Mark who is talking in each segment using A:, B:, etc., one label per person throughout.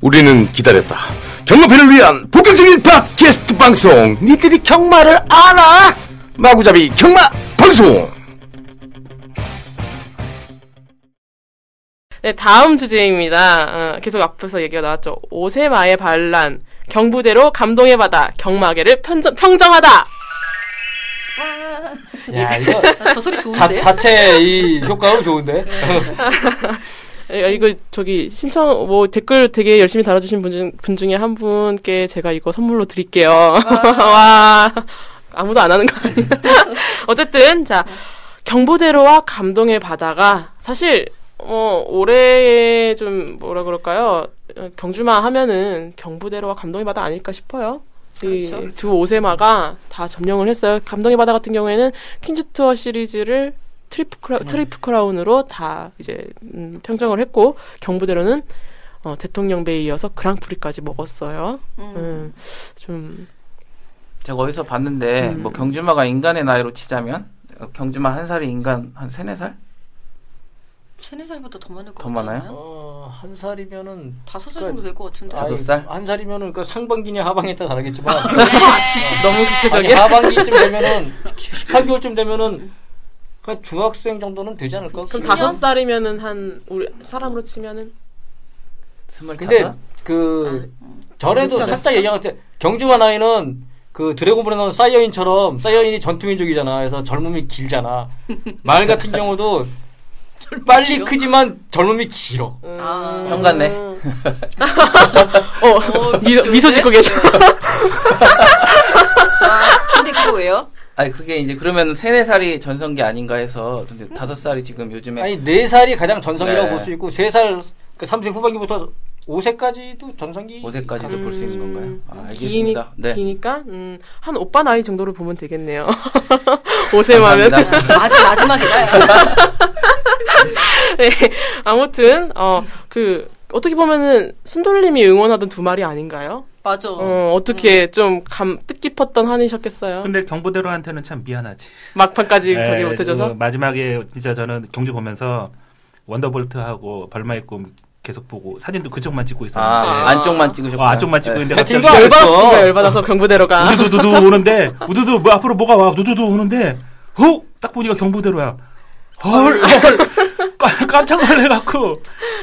A: 우리는 기다렸다. 경마팬을 위한 본격적인 팟캐스트 방송. 니들이 경마를 알아? 마구잡이 경마 방송.
B: 네, 다음 주제입니다. 어, 계속 앞에서 얘기가 나왔죠. 오세마의 반란, 경부대로 감동의 바다, 경마계를 편정, 평정하다.
C: 야 이거
D: 아, 저 소리
C: 자,
D: 좋은데?
C: 자체 이 효과음 좋은데?
B: 에, 예, 이거 저기 신청 뭐 댓글 되게 열심히 달아주신 분, 중, 분 중에 한 분께 제가 이거 선물로 드릴게요. 와 아무도 안 하는 거 아니야? 어쨌든 자 경보대로와 감동의 바다가 사실 어 올해 좀 뭐라 그럴까요? 어, 경주마 하면은 경보대로와 감동의 바다 아닐까 싶어요. 이
D: 그렇죠.
B: 두 오세마가 다 점령을 했어요. 감동의 바다 같은 경우에는 퀸즈 투어 시리즈를 트리프 크라, 트리프 크라운으로 다 이제 음, 평정을 했고 경부대로는 어, 대통령배에 이어서 그랑프리까지 먹었어요. 음, 좀
E: 제가 어디서 봤는데
B: 음.
E: 뭐 경주마가 인간의 나이로 치자면 어, 경주마 한 살이 인간 한 세네 살?
D: 세네 살보다 더 많을 것
E: 더
D: 같지
E: 많아요?
D: 않아요?
C: 어, 한 살이면은
D: 다섯 살 정도 될 것 같은데.
E: 다섯 살?
C: 아니, 한 살이면은 그 상반기냐 하반기에 따라 다르겠지만
D: 아,
B: 너무
C: 아니,
B: 구체적이야.
C: 하반기쯤 되면은 18개월쯤 되면은 그냥 중학생 정도는 되지 않을까? 음.
B: 그럼
D: 다-
B: 다섯 살이면은 한 우리 사람으로 치면은
E: 스물다섯?
C: 근데 그
B: 아, 음.
C: 전에도 살짝 얘기한 것 같아. 경주와 나이는 그 드래곤볼에 나오는 사이어인처럼 사이어인이 전투민족이잖아. 그래서 젊음이 길잖아. 말 같은 경우도 빨리 크지만 젊음이 길어.
B: 음,
D: 아.
E: 형 같네.
B: 어, 미, 미소 짓고 계셔.
D: 아, 근데 그거 왜요?
E: 아니 그게 이제 그러면 세네 살이 전성기 아닌가 해서 근데 다섯 살이 지금 요즘에
C: 아니 네 살이 가장 전성기라고
E: 네.
C: 볼 수 있고 세살 그삼세 후반기부터 5세까지도 전성기
E: 5세까지도 볼 수 있는 건가요? 아,
B: 음, 기니,
E: 알겠습니다. 네.
B: 기니까 음, 한 오빠 나이 정도로 보면 되겠네요. 오세마면.
E: 감사합니다.
D: 아직 마지막이다.
B: 네. 아무튼 어 그 어떻게 보면은 순돌님이 응원하던 두 마리 아닌가요?
D: 맞아.
B: 어, 어떻게 좀 감 뜻깊었던 한이셨겠어요.
F: 근데 경부대로한테는 참 미안하지.
B: 막판까지
E: 네,
F: 예,
B: 저기 못해줘서.
F: 그
E: 뭐
F: 마지막에 진짜 저는 경주 보면서 원더볼트하고 벌마 입고 계속 보고 사진도 그쪽만 찍고
E: 아,
F: 있었는데
E: 안쪽만 찍으셨고
F: 어, 안쪽만 찍고
B: 네.
F: 있는데 갑자기
C: 배팅도 안 했어.
B: 열받았습니다. 열받아서 경부대로가.
F: 우두두두 오는데 우두두 뭐 앞으로 뭐가 와 우두두 오는데 호! 딱 보니까 경부대로야. 헐, 헐. 깜- 깜짝 놀래갖고.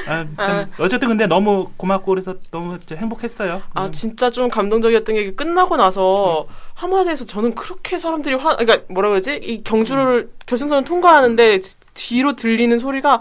F: 아, 좀
B: 아.
F: 어쨌든 근데 너무 고맙고 그래서 너무 진짜 행복했어요.
B: 아
F: 음.
B: 진짜 좀 감동적이었던 게 끝나고 나서 하마디에서 저는 그렇게 사람들이 화 그러니까 뭐라 그러지 이 경주를 결승선을 통과하는데 지- 뒤로 들리는 소리가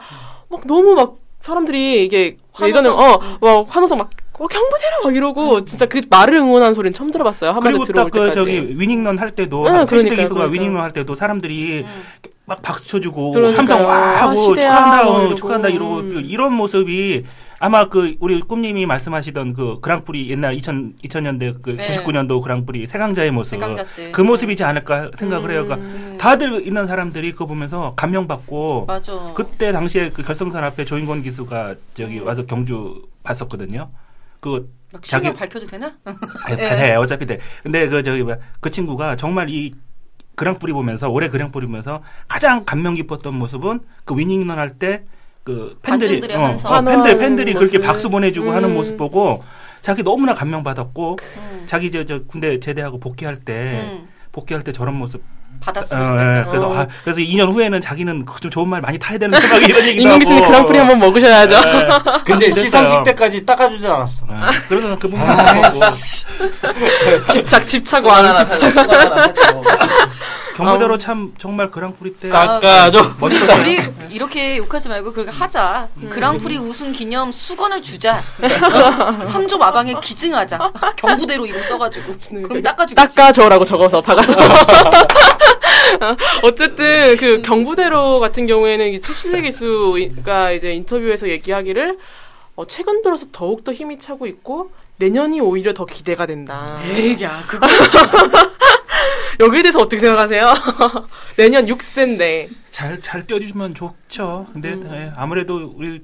B: 막 너무 막 사람들이 이게 예전에 어막 환호성 막어 경부대로 막 이러고 진짜 그 나를 응원하는 소리는 처음 들어봤어요 하마디
F: 그리고
B: 들어올
F: 딱 그
B: 때까지
F: 저기 위닝런 할 때도
B: 응,
F: 응, 최신대
B: 그러니까요,
F: 기수가
B: 그러니까요.
F: 위닝런 할 때도 사람들이
D: 음,
F: 막 박수 쳐주고
B: 그러니까요.
F: 함성
B: 아,
F: 와 하고
B: 시대야,
F: 축한다
B: 뭐
F: 어,
B: 이러고.
F: 축한다 이러고
B: 음.
F: 이런 모습이 아마 그 우리 꿈님이 말씀하시던 그 그랑프리 옛날 2000 2000년대 그
D: 네.
F: 99년도 그랑프리 세강자의 모습
D: 생강자
B: 네.
D: 때.
F: 그 모습이지 않을까 생각을 해요. 그러니까
D: 음.
F: 다들 있는 사람들이 그거 보면서 감명받고
D: 맞아.
F: 그때 당시에 그 결승선 앞에 조인권 기수가 저기
D: 음.
F: 와서 경주 봤었거든요. 그
D: 막 신을
F: 자기-
D: 밝혀도 되나?
F: 아니, 네, 어차피 돼. 근데 그 저기 뭐야 그 친구가 정말 이 그랑프리 보면서 올해 그랑프리 보면서 가장 감명 깊었던 모습은 그 위닝런 할 때 그 팬들이
D: 관중들의
F: 어,
D: 환성.
F: 어, 팬들 팬들이
B: 환호하는
F: 그렇게
B: 모습을.
F: 박수 보내주고
B: 음.
F: 하는 모습 보고 자기 너무나 감명 받았고
D: 음.
F: 자기 저, 저 군대 제대하고 복귀할 때
D: 음.
F: 복귀할 때 저런 모습 네. 어,
D: 받았으면
F: 예,
D: 좋겠다.
F: 그래서
B: 어.
F: 아, 그래서 2년 후에는 자기는 그 좀 좋은 말 많이 타야 되는 생각이 이런 얘기도 하고
B: 인공기수님 그랑프리 한번 먹으셔야죠.
F: 예.
C: 근데
F: 됐어요.
C: 시상식 때까지 닦아주지 않았어.
F: 예. 그래서 그 부분 하고
B: 집착 집착
E: 수건
B: 왕
E: 하나
B: 집착.
E: 사고 수건 하나 샀고.
F: 경부대로
B: 아우.
F: 참 정말 그랑프리 때
C: 깎아줘.
D: 우리,
F: 멋있었어요.
D: 우리 이렇게 욕하지 말고 그렇게 하자. 그랑프리 우승 기념 수건을 주자. 3조 마방에 기증하자. 경부대로 이름 써가지고. 그럼 닦아주겠지.
B: 네. 그러니까 닦아줘라고 적어서 박아서. 어쨌든
D: 음.
B: 그 경부대로 같은 경우에는 이 최신의 기수가 이제 인터뷰에서 얘기하기를 어, 최근 들어서 더욱 더 힘이 차고 있고 내년이 오히려 더 기대가 된다.
D: 에이, 야, 그거.
B: 여기에 대해서 어떻게 생각하세요? 내년 6세인데
F: 잘, 잘 떼어주시면 좋죠. 근데
D: 음.
F: 예, 아무래도 우리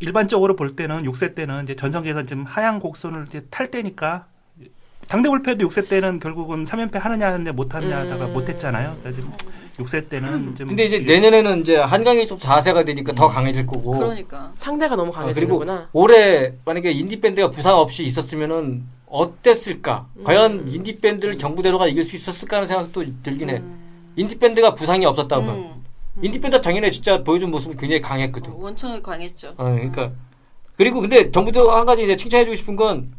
F: 일반적으로 볼 때는 6세 때는 이제 전성기에서 지금 하향 곡선을 이제 탈 때니까 당대 불패도 6세 때는 결국은 3연패 하느냐 하는데 못 하느냐 하다가
B: 음.
F: 못 했잖아요. 그래서 지금 6세
D: 음.
F: 때는 좀
C: 근데 이제 내년에는 이제 한강이 좀 4세가 되니까
F: 음.
C: 더 강해질 거고.
D: 그러니까.
B: 상대가 너무
C: 아, 그리고
B: 강해지는구나.
C: 올해 만약에 인디 밴드가 부상 없이 있었으면은 어땠을까? 과연 인디 밴드를 경부대로가 이길 수 있었을까 하는 생각도 들긴 해. 인디 밴드가 부상이 없었다면
D: 음.
C: 인디 밴드 가 작년에 진짜 보여준 모습은 굉장히
D: 어,
C: 강했거든.
D: 원천이 강했죠.
C: 어, 그러니까 그리고 근데 경부대로 한 가지 이제 칭찬해주고 싶은 건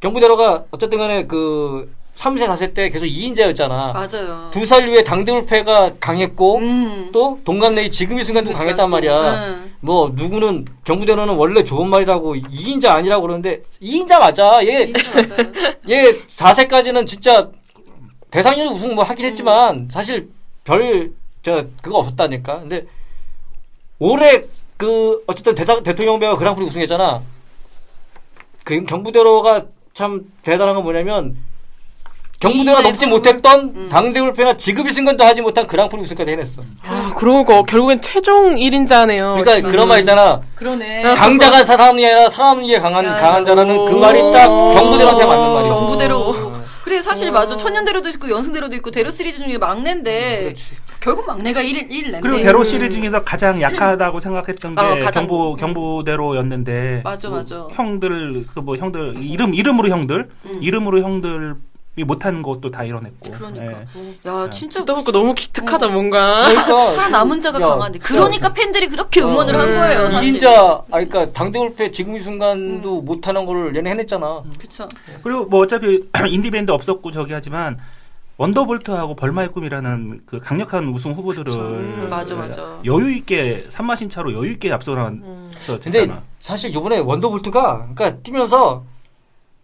C: 경부대로가 어쨌든 간에 그 3세 4세 때 계속 2인자였잖아.
D: 맞아요.
C: 두 살 후에 당대울패가 강했고
D: 음.
C: 또 동갑내기 지금 이 순간도
D: 그러니까
C: 강했단
D: 또,
C: 말이야.
D: 음.
C: 뭐 누구는 경부대로는 원래 좋은 말이라고 2인자 아니라고 그러는데 2인자 맞아. 얘,
D: 인정 맞아요.
C: 얘 4세까지는 예, 진짜 대상률 우승 뭐 하긴
D: 음.
C: 했지만 사실 별 저 그거 없었다니까. 근데 올해 그 어쨌든 대상 대통령배가 그랑프리 우승했잖아. 그 경부대로가 참 대단한 건 뭐냐면 경부대로가
D: 이인자의
C: 넘지
D: 성공?
C: 못했던
D: 음.
C: 당대울패나 지급 이승관도 하지 못한 그랑프리 우승까지 해냈어.
B: 아, 그러고 거 결국엔 최종 1인자네요.
D: 음.
C: 그러니까 그런 말 있잖아.
D: 그러네.
C: 강자가 사람이 아니라 사람이 강한
D: 야,
C: 강한 자라는 그
B: 오.
C: 말이 딱 경부대로한테 맞는 말이지.
D: 경부대로.
C: 어.
D: 그래 사실 맞아. 천년대로도 있고 연승대로도 있고 대로 시리즈 중에 막내인데
C: 음, 그렇지.
D: 결국 막내가 1일 1 낸데.
F: 그리고 대로 시리즈 중에서 가장 약하다고 생각했던 게
D: 네. 어, 가장-
F: 경보 경보대로였는데 뭐
D: 맞아 맞아.
F: 형들 그 뭐 형들 이름 이름으로 형들
D: 음.
F: 이름으로 형들이 못한 것도 다 이뤄냈고
C: 네.
D: 그러니까.
F: 예.
D: 야 진짜
B: 듣다 보니까 너무
D: 음.
B: 기특하다 뭔가.
C: 그러니까
D: 살아남은 자가
C: 야,
D: 강한데 그러니까 팬들이 그렇게 응원을
C: 어.
D: 한 거예요 사실. 음.
C: 이긴자, 아, 그러니까 당대울패 지금 이 순간도 못하는 거를 얘네 해냈잖아.
D: 그쵸.
F: 그리고 뭐 어차피 인디밴드 없었고 저기 하지만 원더볼트하고 벌마의 꿈이라는 그 강력한 우승 후보들을
B: 음,
D: 맞아, 맞아. 음.
F: 여유 있게 산마신 차로 여유 있게 앞서나왔었잖아.
C: 근데 사실 요번에 원더볼트가 그러니까 뛰면서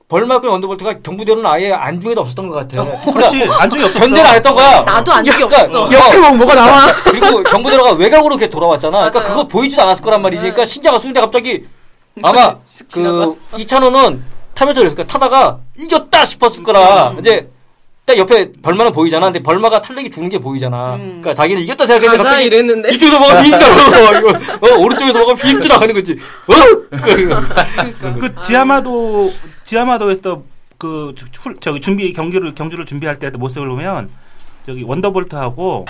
C: 벌마크 원더볼트가 경부대로는 아예 안중에도 없었던 것 같아.
F: 그렇지 안중이 없었어.
C: 견제를 안 했던 거야.
D: 나도 안중이
C: 그러니까,
D: 없어.
C: 야,
B: 옆에만 뭐가 나와.
C: 그리고 경부대로가 외곽으로 이렇게 돌아왔잖아. 그러니까
D: 맞아요.
C: 그거 보이지도 않았을 거란 말이지.
D: 네.
C: 그러니까 신자가 쏘는데 갑자기 아마
D: 슥 지나가.
C: 그 이찬호는 타면서 그랬을까 타다가 이겼다 싶었을 거라.
D: 음.
C: 이제 딱 옆에 벌마는 보이잖아. 근데 벌마가 탄력이 주는 게 보이잖아.
D: 음.
C: 그러니까 자기는 이겼다 생각했는데
B: 가자
C: 갑자기
B: 이랬는데.
C: 이쪽에서 뭐가 비인다. 어, 오른쪽에서 뭐가 비인지 나가는 거지. 어?
D: 그러니까.
F: 그 지하마도 지하마도에서 그 주- 출- 저기 준비 경기를 경주를 준비할 때 모습을 보면 저기 원더볼트하고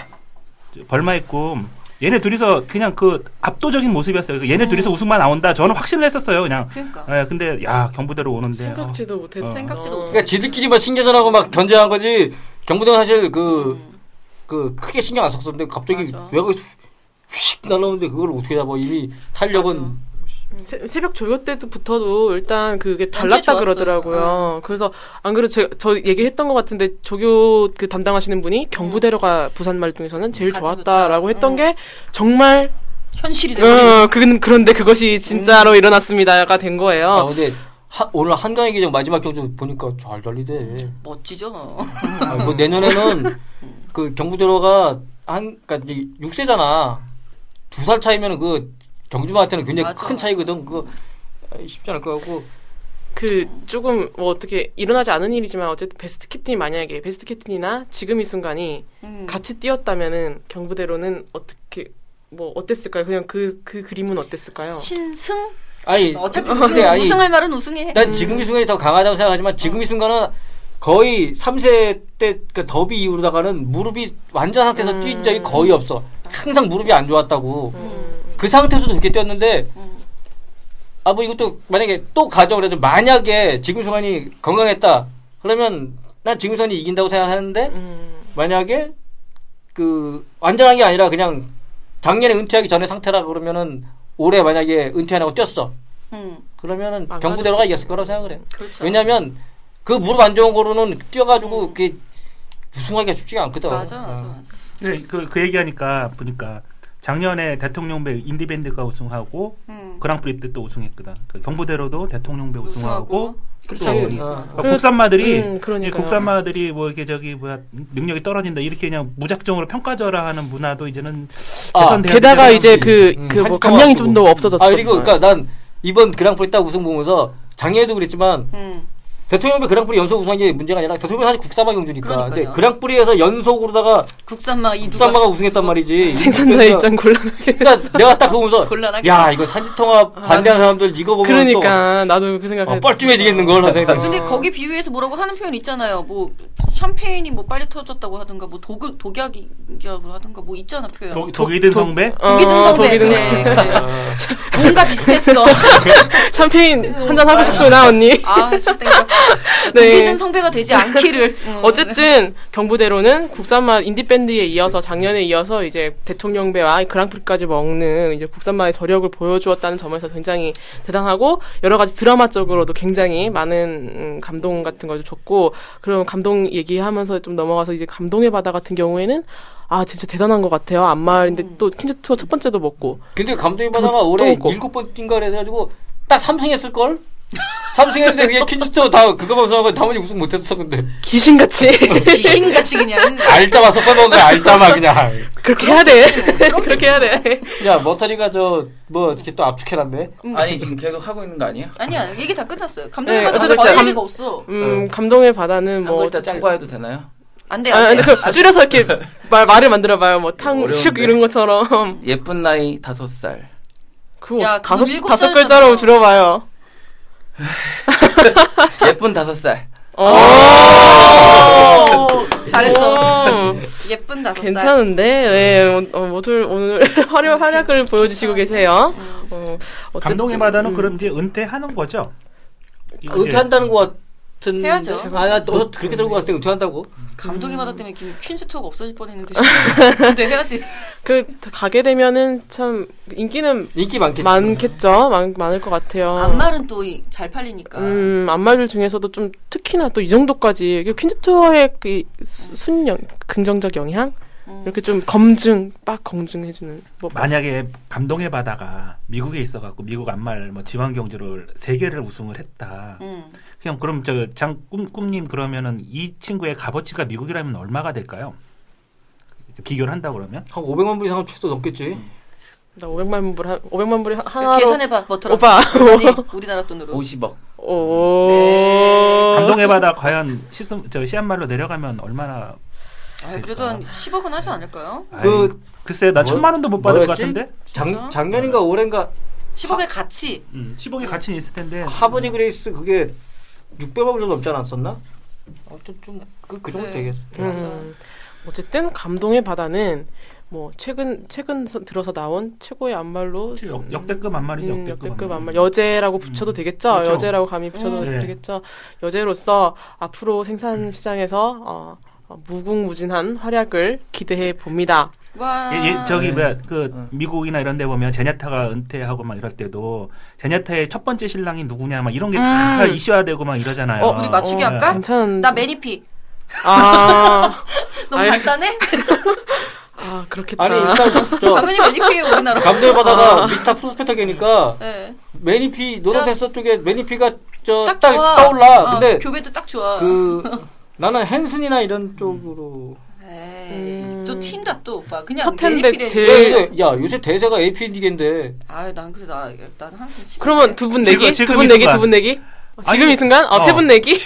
F: 저 벌마의 꿈 얘네 둘이서 그냥 그 압도적인 모습이었어요. 그러니까 얘네 둘이서 우승만 나온다. 저는 확신을 했었어요, 그냥.
D: 음. 그러니까.
F: 예, 근데 야 경부대로 오는데.
B: 생각지도 못했어.
F: 어.
D: 생각지도 못했어.
C: 그러니까 지들끼리만 신경전하고 막 견제한 거지. 경부대는 사실 그, 그, 크게 신경 안 썼었는데 갑자기
D: 음. 맞아.
C: 외곽에 휙- 휙 날라오는데 그걸 어떻게 잡아. 이미 탄력은.
D: 맞아.
B: 새, 새벽 조교 때부터도 일단 그게 달랐다
D: 좋았어요.
B: 그러더라고요. 그래서 안 그래도 제, 저 얘기했던 것 같은데 조교 그 담당하시는 분이 경부대로가 부산 말동에서는 제일
D: 네. 가장
B: 좋았다라고
D: 좋다. 어. 네.
B: 했던 게 정말
D: 현실이 되고.
C: 음.
B: 어, 그, 그런데 그것이 진짜로
D: 음.
B: 일어났습니다가 된 거예요.
C: 아, 근데 하- 오늘 한강의 기적 마지막 경주 보니까 잘 달리대.
D: 멋지죠.
C: 아, 뭐 내년에는 그 경부대로가 한, 그니까 이제 6세잖아. 두 살 차이면 그 경주마한테는 굉장히
D: 맞아,
C: 큰
D: 맞아.
C: 차이거든. 그거 아, 쉽지 않을 것 같고.
B: 그 조금 뭐 어떻게 일어나지 않은 일이지만 어쨌든 베스트 캡틴이 만약에 베스트 캡틴이나 지금 이 순간이
D: 음.
B: 같이 뛰었다면은 경부대로는 어떻게 뭐 어땠을까요? 그냥 그, 그 그림은 어땠을까요?
D: 신승?
C: 아니,
D: 어차피
C: 근데
D: 우승,
C: 네, 아니,
D: 우승할 말은 우승해.
C: 난 지금 이 순간이 더 강하다고 생각하지만 지금 이 순간은 거의 3세 때 그 더비 이후로다가는 무릎이 완전 상태에서 뛴 적이 거의 없어. 항상 무릎이 안 좋았다고. 그 상태에서도 그렇게 뛰었는데
D: 음.
C: 아 뭐 이것도 만약에 또 가져 그래서 만약에 지금 순간이 건강했다 그러면 난 지금 순간이 이긴다고 생각하는데
B: 음,
C: 만약에 그 완전한 게 아니라 그냥 작년에 은퇴하기 전에 상태라 그러면은 올해 만약에 은퇴 안 하고 뛰었어
D: 음.
C: 그러면은
B: 망가졌겠네.
C: 경부대로가 이겼을 거라고 생각을 해.
D: 그렇죠. 음.
C: 왜냐면 그 무릎 안 좋은 거로는 뛰어가지고 그게 우승하기가 쉽지가 않거든.
D: 맞아,
B: 음.
D: 맞아,
C: 어.
D: 맞아.
B: 네.
F: 그, 그, 그 얘기하니까 보니까 작년에 대통령배 인디밴드가 우승하고
D: 음.
F: 그랑프리 때 또 우승했거든. 그 경부대로도 대통령배 우승하고
D: 우승하고.
F: 또
D: 국산물이
C: 어.
D: 우승하고.
F: 아, 국산마들이
B: 음,
F: 이
B: 그러니까요.
F: 국산마들이 뭐 이렇게 저기 뭐야 능력이 떨어진다 이렇게 그냥 무작정으로 평가절하하는 문화도 이제는
C: 아,
F: 개선돼야
B: 게다가
F: 되는
B: 이제
F: 거지.
B: 그,
C: 음,
B: 그 뭐
C: 살짝
B: 감량이 좀
C: 떠가지고. 그러니까
B: 더 없어졌어요.
F: 예.
C: 아 그리고 그러니까 난 이번 그랑프리 딱 우승 보면서 작년에도 그랬지만
D: 음.
C: 대통령杯그랑프리 연속 우승한 게 문제가 아니라 대통령杯사실 국산마 경주니까. 근데
D: 그러니까요.
C: 그랑프리에서 연속으로다가
D: 국산마 이두
C: 국산마가 우승했단 말이지.
B: 생산자
C: 그러니까-
B: 입장 곤란하게.
C: 그러니까 내가 딱 그거 보면서
D: 곤란하겠다.
C: 야 이거 산지통합 반대하는 사람들 이거 보면
B: 그러니까 나도 그
C: 또
B: 생각해.
C: 어, 뻘쭘해지겠는 걸 생각했어.
D: 근데 거기 비유해서 뭐라고 하는 표현 있잖아요. 뭐 샴페인이 뭐 빨리 터졌다고 하든가 뭐 독, 독약이라고 하든가 뭐 있잖아 표현.
F: 독, 독이든 성배?
B: 어,
D: 독이 등성배
B: 독이든
D: 그래, 그래. 뭔가 비슷했어.
B: 샴페인 한 잔 하고 싶구나 언니.
D: 아, 술땡겨.
B: 네.
D: 아, 독이든 성배가 되지 않기를. 음.
B: 어쨌든 경부대로는 국산마 인디밴드에 이어서 작년에 이어서 이제 대통령배와 그랑프리까지 먹는 이제 국산마의 저력을 보여주었다는 점에서 굉장히 대단하고 여러 가지 드라마적으로도 굉장히 많은 음, 감동 같은 걸 줬고 그럼 감동 얘기하면서 좀 넘어가서 이제 감동의 바다 같은 경우에는 아 진짜 대단한 것 같아요 안마을인데 또 퀸즈투어 첫 번째도 먹고
C: 근데 감독이 바다가 올해
B: 먹고.
C: 일곱 번인가 해가지고 딱 삼승했을 걸. 삼승했는데 그게 퀸즈토 다 그거 방송하고 당연히 우승 못했어 근데
B: 귀신같이
D: 귀신같이 네. 그냥.
C: 알짜마 섞어놓은 거야 알짜마 그냥.
B: 그렇게 해야 돼 그렇게 해야 돼
C: 야 머터리가 저 뭐 이렇게 또 압축해놨네.
D: 음.
E: 아니 지금 계속 하고 있는 거 아니야?
D: 아니야, 얘기 다 끝났어요.
B: 네,
D: 감독님 네,
B: 어쨌든
D: 어쨌든 더
B: 감-
D: 얘기가 없어.
B: 음 감동의 바다는
E: 뭐
B: 뭐
E: 일단 짱구 해도 되나요?
D: 안 돼,
B: 아,
D: 안
B: 근데
D: 돼.
B: 그 줄여서 이렇게 말, 말을 만들어봐요. 뭐, 탕,
E: 어려운데.
B: 슉, 이런 것처럼.
E: 예쁜 나이 다섯 살.
B: 그거
D: 야, 그거
B: 다섯,
D: 일곱
B: 다섯
D: 자였잖아.
B: 글자로 줄여봐요.
E: 예쁜 다섯 살.
B: 오! 오!
D: 예쁜 다섯 살.
B: 어. 괜찮은데? 네, 어, 어, 모두 오늘 화려, 활약을 보여주시고 계세요.
D: 음.
B: 어, 어쨌든,
F: 감동의 바다는
B: 음. 그
F: 그럼 이제 은퇴하는 거죠? 이거 이제
C: 은퇴한다는 것 같은.
D: 해야죠.
C: 아나 또 그렇게 들고 갔을 때 은퇴한다고.
B: 음.
D: 감독이 받아 때문에 김 퀸즈 투어가 없어질 뻔했는데. 진짜. 근데 해야지.
B: 그, 가게 되면은 참, 인기는
C: 인기 많겠지.
B: 많겠죠? 많, 많을 것 같아요.
D: 안말은 또 잘 팔리니까.
B: 어. 음, 안마들 중에서도 좀 특히나 또 이 정도까지 그 퀸즈 투어의 그 수- 순영 긍정적 영향
D: 음.
B: 이렇게 좀 검증 빡 검증해주는 뭐
F: 만약에 감동의 바다가 미국에 있어갖고 미국 안말 뭐 지방 경주를 세 개를 우승을 했다.
D: 음.
F: 그냥 그럼 저장 꿈꿈님 그러면은 이 친구의 값어치가 미국이라면 얼마가 될까요? 비교를 한다 그러면
C: 한 500만 불 이상은 최소 넘겠지.
B: 나 500만 불 한, 500만 불 하나로
D: 그 계산해봐, 버터랑.
B: 오빠.
D: 아니, 우리나라 돈으로.
E: 50억.
B: 오 어.
D: 네.
F: 감동의 바다 과연 시스 저 시한말로 내려가면 얼마나?
D: 아, 그래도 한 10억은 하지 않을까요?
C: 그-
F: 그 글쎄 나
C: 뭐-
F: 천만 원도 못 받을 것
C: 뭐였지?
F: 같은데.
C: 작
D: 진짜?
C: 작년인가 올해인가
D: 10억의 가치.
F: 음, 10억이 같이 있을 텐데.
C: 하버디 그레이스 그게 600억 정도 넘지 않았었나? 아무튼 좀그 그 정도
D: 네.
C: 되겠어.
B: 음, 어쨌든 감동의 바다는 뭐 최근 최근 서- 들어서 나온 최고의 안말로
F: 역, 역대급 안말이죠.
B: 음,
F: 역대급,
B: 역대급 안말
F: 안말.
B: 여제라고 붙여도 되겠죠
F: 그렇죠.
B: 여제라고 감히 붙여도
F: 음. 네.
B: 되겠죠 여제로서 앞으로 생산 시장에서 어, 어, 무궁무진한 활약을 기대해 봅니다
D: 와.
F: 예, 예, 저기
E: 네.
F: 뭐야 그
E: 응.
F: 미국이나 이런 데 보면 제냐타가 은퇴하고 막 이럴 때도 제냐타의 첫 번째 신랑이 누구냐 막 이런 게 다
B: 음.
F: 이슈화되고 막 이러잖아요.
B: 어,
D: 우리 맞추기
F: 어,
D: 할까?
B: 괜찮은
D: 나 매니피.
B: 아,
D: 너무
B: 아니.
D: 간단해?
B: 아 그렇겠다
C: 아니 일단 저
D: 당연히 매니피예요, 우리나라.
C: 어. 감독 바다가 미스터 프로스펙터계니까
D: 네.
C: 매니피 노란펜서 쪽에 매니피가
D: 그러니까 딱
C: 어, 저딱
D: 좋아.
C: 떠올라.
D: 어,
C: 근데
D: 교배도 딱 좋아.
C: 그 나는 헨슨이나 이런 쪽으로
D: 에이,
B: 음.
D: 또 튄다 또 오빠. 그냥
B: 첫 텐데
D: 매니피래.
B: 제일-
C: 야, 근데 야 요새 대세가 APND계인데
D: 아유, 난 그래 나 일단 항상 싫어.
B: 그러면 두 분 내기
F: 지금- 지금
B: 두 분
F: 이
B: 내기
F: 순간.
B: 두 분 내기 어, 지금
F: 아니,
B: 이 순간 어,
F: 어.
B: 세 분 내기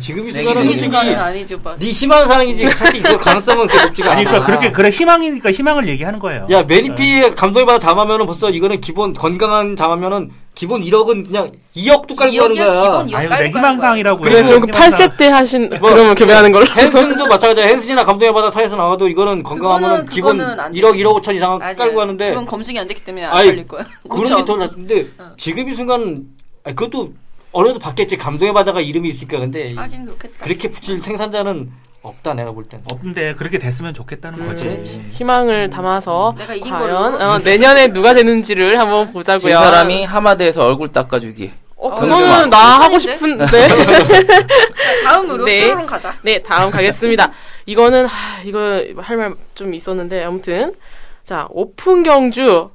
C: 지금 이
E: 네,
C: 순간은
D: 지금
C: 그
D: 이
E: 지금
D: 순간은 아니지 오빠.
C: 네 희망사항이지 사실 이거 가능성은 그렇게 네. 높지가 않아.
F: 아니 그러니까 그렇게 그래 희망이니까 희망을 얘기하는 거예요. 네.
C: 야 매니피의 감독이 받아 잠하면은 벌써 이거는 기본 건강한 잠하면은 기본 1억은 그냥 2억도 깔고 가는
D: 기억이야,
C: 거야.
D: 기본
F: 아유
D: 깔고
F: 내
D: 가는
F: 희망사항이라고.
C: 거야.
F: 해요.
B: 그리고 그
F: 희망사항.
B: 8세 때 하신
C: 뭐,
B: 그러면 교배하는 걸로
C: 헨슨도 마찬가지야. 헨슨이나 감독에 받아 사에서 나와도 이거는 건강하면
D: 그거는-
C: 기본
D: 그거는 안 돼.
C: 1억, 1억 5천 이상은
D: 아니야.
C: 깔고 가는데
D: 그건 검증이 안 됐기 때문에 안
C: 아이,
D: 걸릴 거야.
C: 그런
D: 엄청.
C: 게더 낫는데 지금 이 순간은 아니, 그것도 어느 정도 받겠지. 감독에 받아가 이름이 있으니까 근데 이-
D: 하긴 그렇겠다.
C: 그렇게 붙일 생산자는 없다 내가 볼 때는.
F: 없는데 그렇게 됐으면 좋겠다는 거지. 예.
B: 희망을 담아서
D: 내가 이긴
B: 과연
D: 걸로.
B: 어, 내년에 누가 되는지를 한번 보자고요.
E: 진 사람이 하마대에서 얼굴 닦아주기.
B: 어,
D: 그거는
B: 그거는 나 하고
D: 좀
B: 싶은데.
D: 다음으로
B: 네.
D: 뾰로롱 가자.
B: 네, 다음 가겠습니다. 이거는 하, 이거 할 말 좀 있었는데 아무튼 자 오픈 경주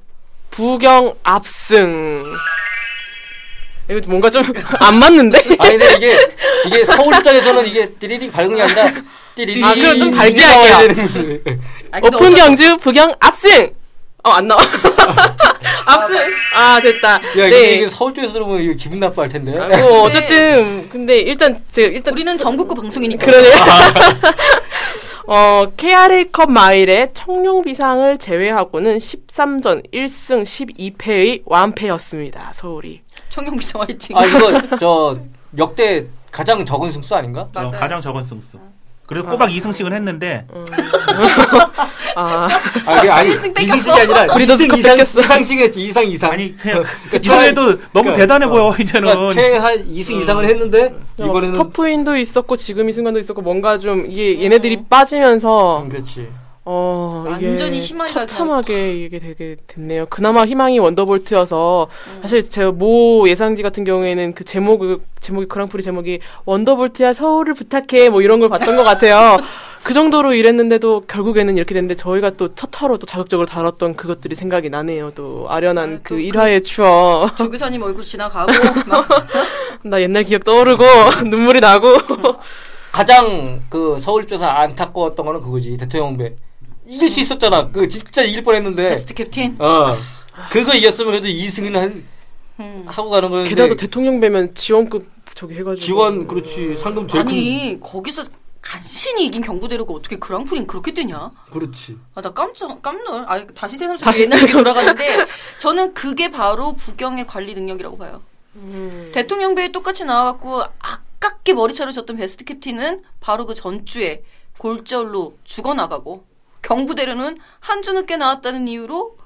B: 부경 압승. 이거 뭔가 좀 안 맞는데?
C: 아니 근데 이게 이게 서울 입장에서는 이게 띠리링 발음이 아니라 띠리링
B: 아, 그럼 좀 밝게
C: 나와야
B: 할게요.
C: 되는 거예요.
D: 아, 근데
B: 오픈
D: 어쩌-
B: 경주 부경 압승. 어, 안 나와. 압수. 아, 됐다.
C: 야, 근데 이게 서울 쪽에서 들으면 이거 기분 나빠할 텐데.
B: 아, 뭐, 어쨌든, 근데 일단, 제가 일단.
D: 우리는 전국구 방송이니까.
B: 그러네요.
C: 아.
B: 어, KRA 컵 마일의 청룡 비상을 제외하고는 13전 1승 12패의 완패였습니다. 서울이.
D: 청룡비서 화이팅.
C: 아 이거 저 역대 가장 적은 승수 아닌가?
F: 어,
D: 맞아요.
F: 가장 적은 승수. 그래도 꼬박 2승씩은 했는데
C: 어.
B: 아,
C: 아 이게 아니
D: 일승 뺏겼어.
C: 이승이 아니라
B: 브리더스
C: 이승
B: 컵
C: 이상
B: 뺏겼어.
C: 이상씩 했지 이상 이상.
F: 아니
C: 그러니까
F: 이상해도 너무
C: 그러니까,
F: 대단해
C: 어.
F: 보여 이제는.
C: 그러니까 최한 2승
B: 음.
C: 이상을 했는데 이번에는
B: 어, 터프인도 있었고, 지금 이 순간도 있었고, 뭔가 좀, 이게 얘네들이 빠지면서,
C: 음, 그렇지.
B: 어, 이게
D: 완전히 희망이 가지
B: 처참하게 이게 되게 됐네요. 그나마 희망이 원더볼트여서
D: 음.
B: 사실 제 모 예상지 같은 경우에는 그 제목을 제목이 그랑프리 제목이 원더볼트야 서울을 부탁해 뭐 이런 걸 봤던 것 같아요. 그 정도로 이랬는데도 결국에는 이렇게 됐는데 저희가 또 첫 화로 또 자극적으로 다뤘던 그것들이 생각이 나네요. 또 아련한
D: 아, 또
B: 그
D: 그-
B: 일화의 추억.
D: 조교사님 얼굴 지나가고 막
B: 나 옛날 기억 떠오르고
D: 음.
B: 눈물이 나고
C: 가장 그 서울 쪽에서 안타까웠던 거는 그거지 대통령 배 이길 수 있었잖아. 그 진짜 이길 뻔했는데.
D: 베스트 캡틴.
C: 어 그거 이겼으면 그래도 2승은 한,
D: 음.
C: 하고 가는 거였는데.
B: 게다가 대통령 배면 지원급 저기 해가지고
C: 지원 그렇지 상금 제일 큰
D: 아니 거기서 간신히 이긴 경부대로가 어떻게 그랑프린 그렇게 되냐?
C: 그렇지.
D: 아, 나 깜짝, 깜놀. 아, 다시 세상에서
B: 다시
D: 옛날로 돌아가는데, 저는 그게 바로 부경의 관리 능력이라고 봐요.
B: 음.
D: 대통령 배에 똑같이 나와갖고, 아깝게 머리 차려졌던 베스트 캡틴은 바로 그 전주에 골절로 죽어나가고, 경부대로는 한 주 늦게 나왔다는 이유로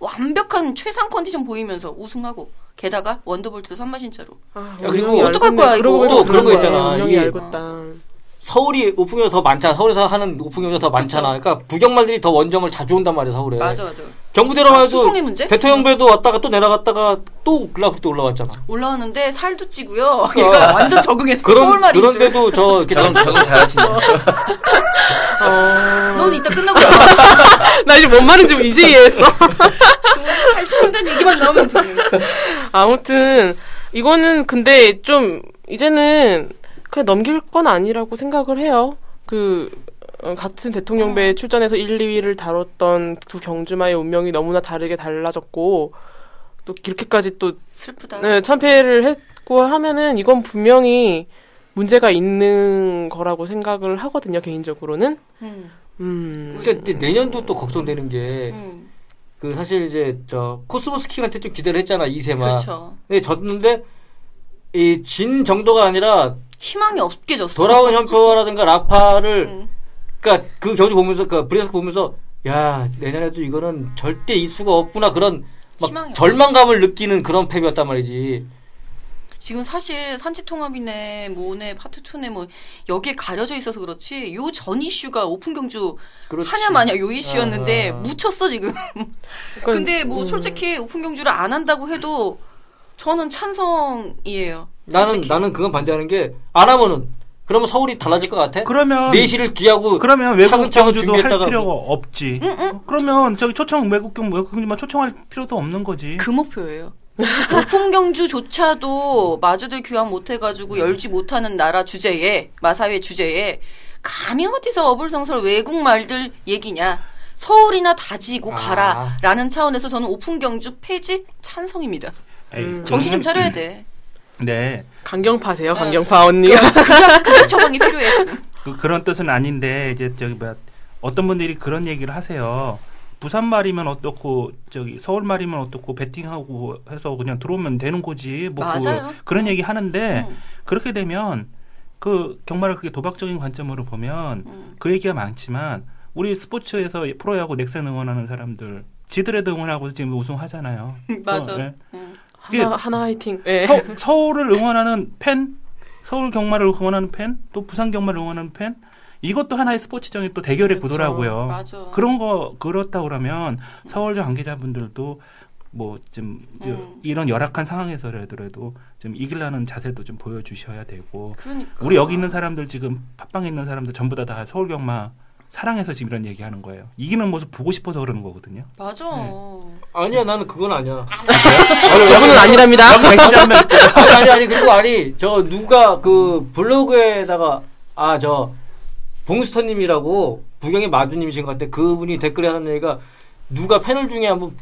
D: 완벽한 최상 컨디션 보이면서 우승하고, 게다가 원더볼트도 선마신 채로.
B: 아,
C: 야, 그리고
B: 운명이
D: 어떡할
B: 알겠네.
D: 거야,
B: 그러고 보니까
D: 이거. 또
C: 그런 거
B: 거야.
C: 있잖아,
B: 운명이
C: 이게.
B: 알고 딴.
C: 서울이 오픈경기가 더 많잖아. 서울에서 하는 오픈경기가 더 많잖아. 그러니까 부경말들이 더 원정을 자주 온단 말이야 서울에.
D: 맞아, 맞아.
C: 경부대로만
D: 아,
C: 해도
D: 수송의 문제?
C: 대통령배도 왔다가 또 내려갔다가 또 글라프도 올라왔잖아.
D: 올라왔는데 살도 찌고요. 얘가 완전 적응했어.
C: 어. 그런
D: 서울말인 줄.
C: 그런데도 저 이렇게
E: 적응 적응 잘하시네.
D: 넌 이따 끝나고 나
B: 나 이제 뭔 말인지 이제 이해했어.
D: 살찐다는 얘기만 나오면 되는 거야.
B: 아무튼 이거는 근데 좀 이제는 그냥 넘길 건 아니라고 생각을 해요. 그 어, 같은 대통령배 출전해서 1, 2위를 다뤘던 두 경주마의 운명이 너무나 다르게 달라졌고 또 이렇게까지 또
D: 슬프다.
B: 네, 참패를 했고 하면은 이건 분명히 문제가 있는 거라고 생각을 하거든요 개인적으로는.
D: 음,
B: 음.
C: 그러니까 이제 내년도 또 걱정되는 게 그
D: 음,
C: 사실 이제 저 코스모스 킹한테 좀 기대를 했잖아 이세만.
D: 그렇죠.
C: 근데 졌는데 이 진 정도가 아니라
D: 희망이 없게 졌어.
C: 돌아온 현표라든가 라파를
D: 음.
C: 그러니까 그 경주 보면서 그러니까 브레스 보면서 야 내년에도 이거는 절대 이수가 없구나 그런
D: 희망이
C: 막 절망감을 느끼는 그런 패배였단 말이지.
D: 지금 사실 산지통합이네, 뭐네, 파트투네, 뭐 여기에 가려져 있어서 그렇지. 요 전 이슈가 오픈 경주
C: 그렇지.
D: 하냐 마냐 요 이슈였는데
C: 아.
D: 묻혔어 지금.
C: 그러니까
D: 근데 뭐
C: 음.
D: 솔직히 오픈 경주를 안 한다고 해도 저는 찬성이에요.
C: 나는
D: 솔직히.
C: 나는 그건 반대하는 게 안 하면은 그러면 서울이 달라질 것 같아.
F: 그러면
C: 내실을 귀하고
F: 그러면 외국
C: 네 차근차근
F: 경주도 할
C: 준비했다가 뭐.
F: 필요가 없지. 어, 그러면 저기 초청 외국 경 외국 경주만 초청할 필요도 없는 거지.
D: 그 목표예요. 오픈 경주조차도 마주들 귀환 못해가지고 열지 못하는 나라 주제에 마사회 주제에 감히 어디서 어불성설 외국 말들 얘기냐 서울이나 다지고
C: 아.
D: 가라라는 차원에서 저는 오픈 경주 폐지 찬성입니다.
C: 음.
F: 에이, 그러면-
D: 정신 좀 차려야 돼.
F: 네.
B: 강경파세요, 강경파 언니가.
D: 그냥 그냥 처방이 필요해 지금.
F: 그, 그런 뜻은 아닌데 이제 저기 뭐야 어떤 분들이 그런 얘기를 하세요. 부산 말이면 어떻고 저기 서울 말이면 어떻고 베팅하고 해서 그냥 들어오면 되는 거지. 뭐
D: 맞아요.
F: 그, 그런 얘기 하는데
D: 음.
F: 그렇게 되면 그 정말 그게 도박적인 관점으로 보면
D: 음.
F: 그 얘기가 많지만 우리 스포츠에서 프로야구 넥센 응원하는 사람들 지드래도 응원하고 지금 우승하잖아요.
D: 맞아.
F: 어, 예.
D: 음.
F: 그게 네. 그,
B: 하나, 하나 화이팅. 예.
F: 서, 서울을 응원하는 팬, 서울 경마를 응원하는 팬, 또 부산 경마를 응원하는 팬, 이것도 하나의 스포츠적인 또 대결의
B: 그렇죠.
F: 구도라고요.
D: 맞아.
F: 그런 거 그렇다 그러면 서울 관계자분들도 뭐좀
D: 음.
F: 이런 열악한 상황에서라도 좀 이기려는 자세도 좀 보여주셔야 되고
D: 그러니까
F: 우리 여기 있는 사람들 지금 팟빵에 있는 사람들 전부 다 다 서울 경마 사랑해서 지금 이런 얘기하는 거예요. 이기는 모습 보고 싶어서 그러는 거거든요.
D: 맞아.
C: 아니야 나는 그건 아니야.
B: 저분은 아니랍니다.
C: 아니 아니 아니 그리고 아니 저 누가 그 블로그에다가 아 저 봉스터님이라고 부경의 마주님이신 것 같아 그분이 댓글에 하는 얘기가 누가 패널 중에 한번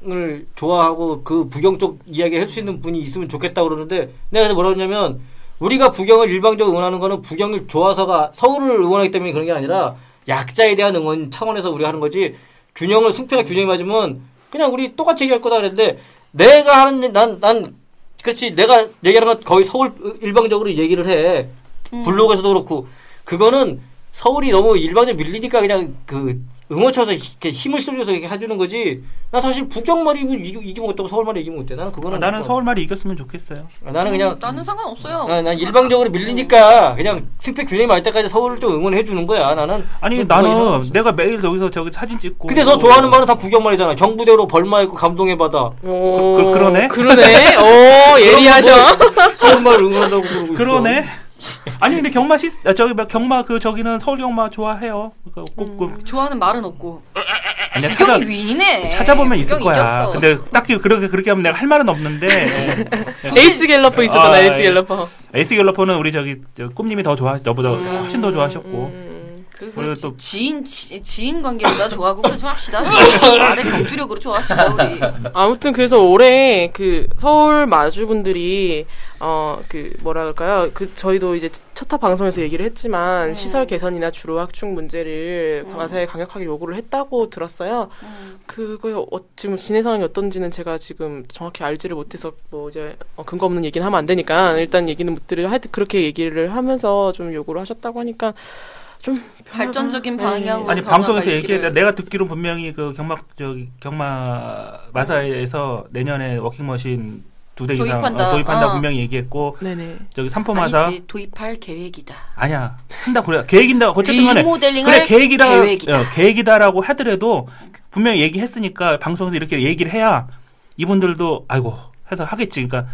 C: 부경을 좋아하고 그 부경 쪽 이야기 할 수 있는 분이 있으면 좋겠다 고 그러는데 내가 그래서 뭐라 그러냐면 우리가 부경을 일방적으로 응원하는 거는 부경을 좋아서가 서울을 응원하기 때문에 그런 게 아니라 약자에 대한 응원 차원에서 우리가 하는 거지 균형을 승패가 균형이 맞으면 그냥 우리 똑같이 얘기할 거다 그랬는데 내가 하는 난 난 그렇지 내가 얘기하는 건 거의 서울 일방적으로 얘기를 해
D: 음.
C: 블로그에서도 그렇고 그거는 서울이 너무 일방적으로 밀리니까 그냥 그 응원쳐서 이렇게 힘을 쓰면서 이렇게 해주는 거지. 나 사실 북경만 이기면 이기- 이기면 어다고 서울만 이기면 어때? 나는 그거는
F: 아, 나는
C: 그거-
F: 서울말이 이겼으면 좋겠어요.
C: 아, 나는 그냥
D: 음, 나는 상관없어요.
C: 아, 난 일방적으로 밀리니까 그냥 승패 균형이 맞을 때까지 서울을 좀 응원해 주는 거야. 나는
F: 아니
C: 그거 이상
F: 나는 뭐
C: 없어.
F: 내가 매일 저기서 저기 사진 찍고.
C: 근데 너 좋아하는 말은 다 북경말이잖아. 경부대로 벌마 있고 감동의 바다. 어,
B: 오,
F: 그- 그러네?
B: 그러네. 오, 예리하셔.
C: 서울말 응원한다고 그러고 있어.
F: 그러네. 아니 근데 경마 시 아, 저기 뭐 경마 그 저기는 서울 경마 좋아해요. 그러니까 꼭, 꼭
D: 좋아하는 말은 없고
F: 아니야, 찾아,
D: 구경이 음. 위인이네.
F: 찾아보면 있을
D: 구경이
F: 거야.
D: 잊었어. 네.
F: 근데 딱히 그렇게 그렇게 하면 내가 할 말은 없는데
B: 에이스 갤러퍼 있었잖아,
F: 아,
B: 에이스
F: 예.
B: 갤러퍼.
F: 에이스 갤러퍼는 우리 저기 저 꿈님이 더 좋아 너보다
D: 음.
F: 훨씬 더 좋아하셨고
B: 음.
D: 그,
F: 오늘
D: 그 지-
F: 또-
D: 지인 지, 지인 관계보다 좋아하고 그래서 합시다. 뭐 말의 경주력으로 좋아합시다 우리.
B: 아무튼 그래서 올해 그 서울 마주분들이 어 그 뭐라 그럴까요? 그 저희도 이제 첫타 방송에서 얘기를 했지만
D: 음.
B: 시설
F: 네.
B: 개선이나 주로 확충 문제를
D: 음.
B: 가사에 강력하게 요구를 했다고 들었어요.
D: 음.
B: 그거 어, 지금 진행 상황이 어떤지는 제가 지금 정확히 알지를 못해서 뭐 이제 어, 근거 없는 얘기는 하면 안 되니까 일단 얘기는 못 드려 하여튼 그렇게 얘기를 하면서 좀 요구를 하셨다고 하니까 좀
D: 발전적인
C: 네.
B: 변화가-
D: 방향으로
F: 아니
D: 변화가
F: 방송에서
D: 있기를.
F: 얘기해 내가 듣기로 분명히 그 경마 저기 경마 마사에서 내년에 워킹머신 두 대 이상
D: 도입한다.
F: 어, 도입한다
D: 어.
F: 분명히 얘기했고
B: 네. 네네.
F: 저기 삼포마사
D: 아니지 도입할 계획이다.
F: 아니야 한다 그래 계획인다 어쨌든 간에
D: 리모델링할
F: 그래 계획이다
D: 계획이다.
F: 어, 계획이다라고 하더라도 분명히 얘기했으니까 방송에서 이렇게 얘기를 해야 이분들도 아이고 해서 하겠지 그러니까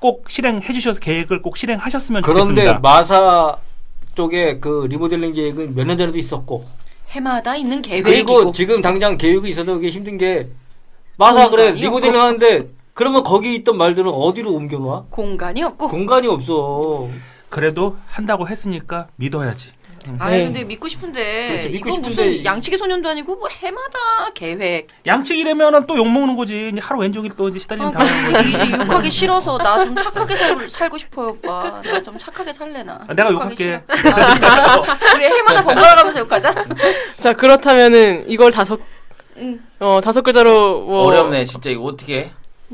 F: 꼭 실행해 주셔서 계획을 꼭 실행하셨으면
C: 그런데
F: 좋겠습니다.
C: 마사 쪽에 그 리모델링 계획은 몇 년 전에도 있었고
D: 해마다 있는
C: 그리고
D: 계획이고
C: 지금 당장 계획이 있어도 그게 힘든 게 마사 그래
D: 공간이
C: 리모델링
D: 없고.
C: 하는데 그러면 거기 있던 말들은 어디로 옮겨놔?
D: 공간이 없고.
C: 공간이 없어.
F: 그래도 한다고 했으니까 믿어야지.
D: 아
B: 네.
D: 근데 믿고 싶은데
C: 그렇지, 믿고
D: 이거
C: 싶은데.
D: 무슨 양치기 소년도 아니고 뭐 해마다 계획.
F: 양치기라면은 또 욕 먹는 거지. 이제 하루 왼종일 또 이제 시달림
D: 그러니까
F: 어, 당하는 거지.
D: 이제 욕하기 싫어서 나 좀 착하게 살, 살고 싶어요 오빠. 나 좀 착하게 살래 나.
F: 아, 내가 욕할게.
D: 싫어. 아, 진짜? 우리 해마다 번갈아가면서 욕하자.
B: 자 그렇다면은 이걸 다섯
D: 응.
B: 어 다섯 글자로 뭐
E: 어렵네 진짜 이거 어떻게 해?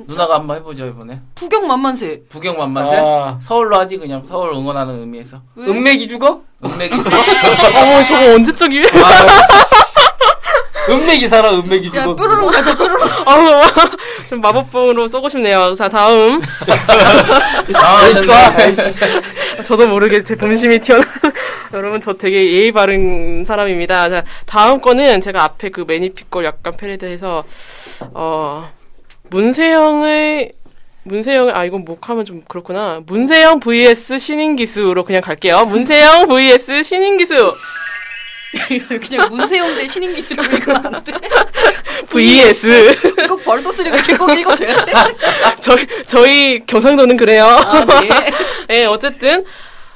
E: 누나가 한번 해보죠 이번에
D: 부경 만만세.
E: 부경 만만세
C: 아.
E: 서울로 하지 그냥 서울 응원하는 의미에서
D: 왜?
C: 음맥이 죽어?
E: 음맥이
B: 어머 저거 언제적 이
E: 아.
C: 음맥이 살아 음맥이
D: 야
C: 죽어.
D: 뾰로롱 가자 뾰로롱.
B: 아우 어, 좀 마법봉으로 쏘고 싶네요. 자 다음
E: 아,
B: 저도 모르게 제 본심이 튀어나. 여러분 저 되게 예의 바른 사람입니다. 자 다음 거는 제가 앞에 그 매니픽 걸 약간 패러디해서 어 문세영의 문세영 아 이건 목하면 좀 그렇구나. 문세영 vs 신인기수로 그냥 갈게요. 문세영 vs 신인기수
D: 그냥 문세영 대 신인기수로 이건 안 돼.
B: vs
D: 이거 벌써 쓰리고 이렇게 꼭 읽어줘야 돼.
B: 저희 저희 경상도는 그래요.
D: 아 네.
B: 예, 어쨌든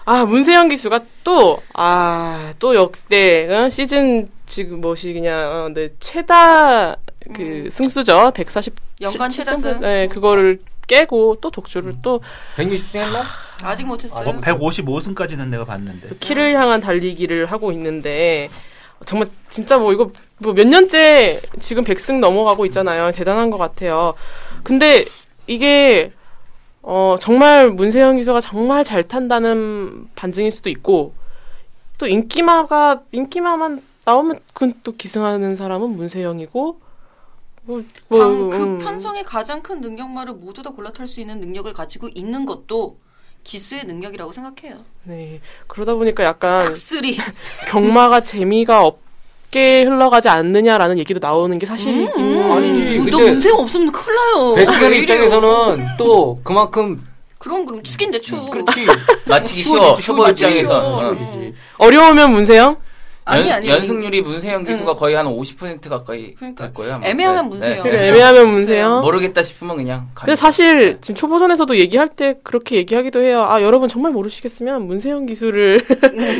B: 아 문세영 기수가 또 아 또 역대 어, 시즌 지금 뭐시 그냥 어, 네, 최다 그 승수죠 140
D: 음. 연간
B: 칠-
D: 최다 승.
B: 네 그거를 깨고 또 독주를 또
C: 160승 했나?
D: 아직
C: 아,
D: 못했어요.
C: 뭐,
F: 155승까지는 내가 봤는데.
B: 그 키를 향한 달리기를 하고 있는데 정말 진짜 뭐 이거 뭐 몇 년째 지금 100승 넘어가고 있잖아요. 대단한 것 같아요. 근데 이게 어 정말 문세영 기수가 정말 잘 탄다는 반증일 수도 있고 또 인기마가 인기마만 나오면 그건 또 기승하는 사람은 문세영이고 뭐, 뭐,
D: 당, 그
B: 음.
D: 편성의 가장 큰 능력말을 모두 다 골라탈 수 있는 능력을 가지고 있는 것도 기수의 능력이라고 생각해요.
B: 네 그러다 보니까
C: 아.
B: 약간
D: 싹쓸이.
B: 경마가 재미가 없게 흘러가지 않느냐라는 얘기도 나오는 게 사실이긴
C: 아니지.
D: 음, 너
C: 근데-
D: 문세영 없으면 큰일 나요.
C: 배치현
D: 어, 왜 이래요?
C: 입장에서는 또 그만큼
D: 그럼 그럼 축인데 축.
C: 음, 그렇지
E: 맞히기
C: 쉬워지지,
E: 쉬워 초보
C: 쉬워지지.
E: 입장에서
D: 쉬워.
E: 어.
C: 쉬워지지.
B: 어려우면 문세영?
D: 아니
E: 연-
D: 아니
E: 연승률이 문세영 기수가 거의 한 50% 가까이
D: 그러니까
E: 될 거예요. 아마.
D: 애매하면
E: 네,
D: 문세영.
E: 네.
B: 그래, 애매하면 문세요.
E: 모르겠다 싶으면 그냥.
B: 근데
E: 갑니다.
B: 사실 지금 초보전에서도 얘기할 때 그렇게 얘기하기도 해요. 아 여러분 정말 모르시겠으면 문세영 기술을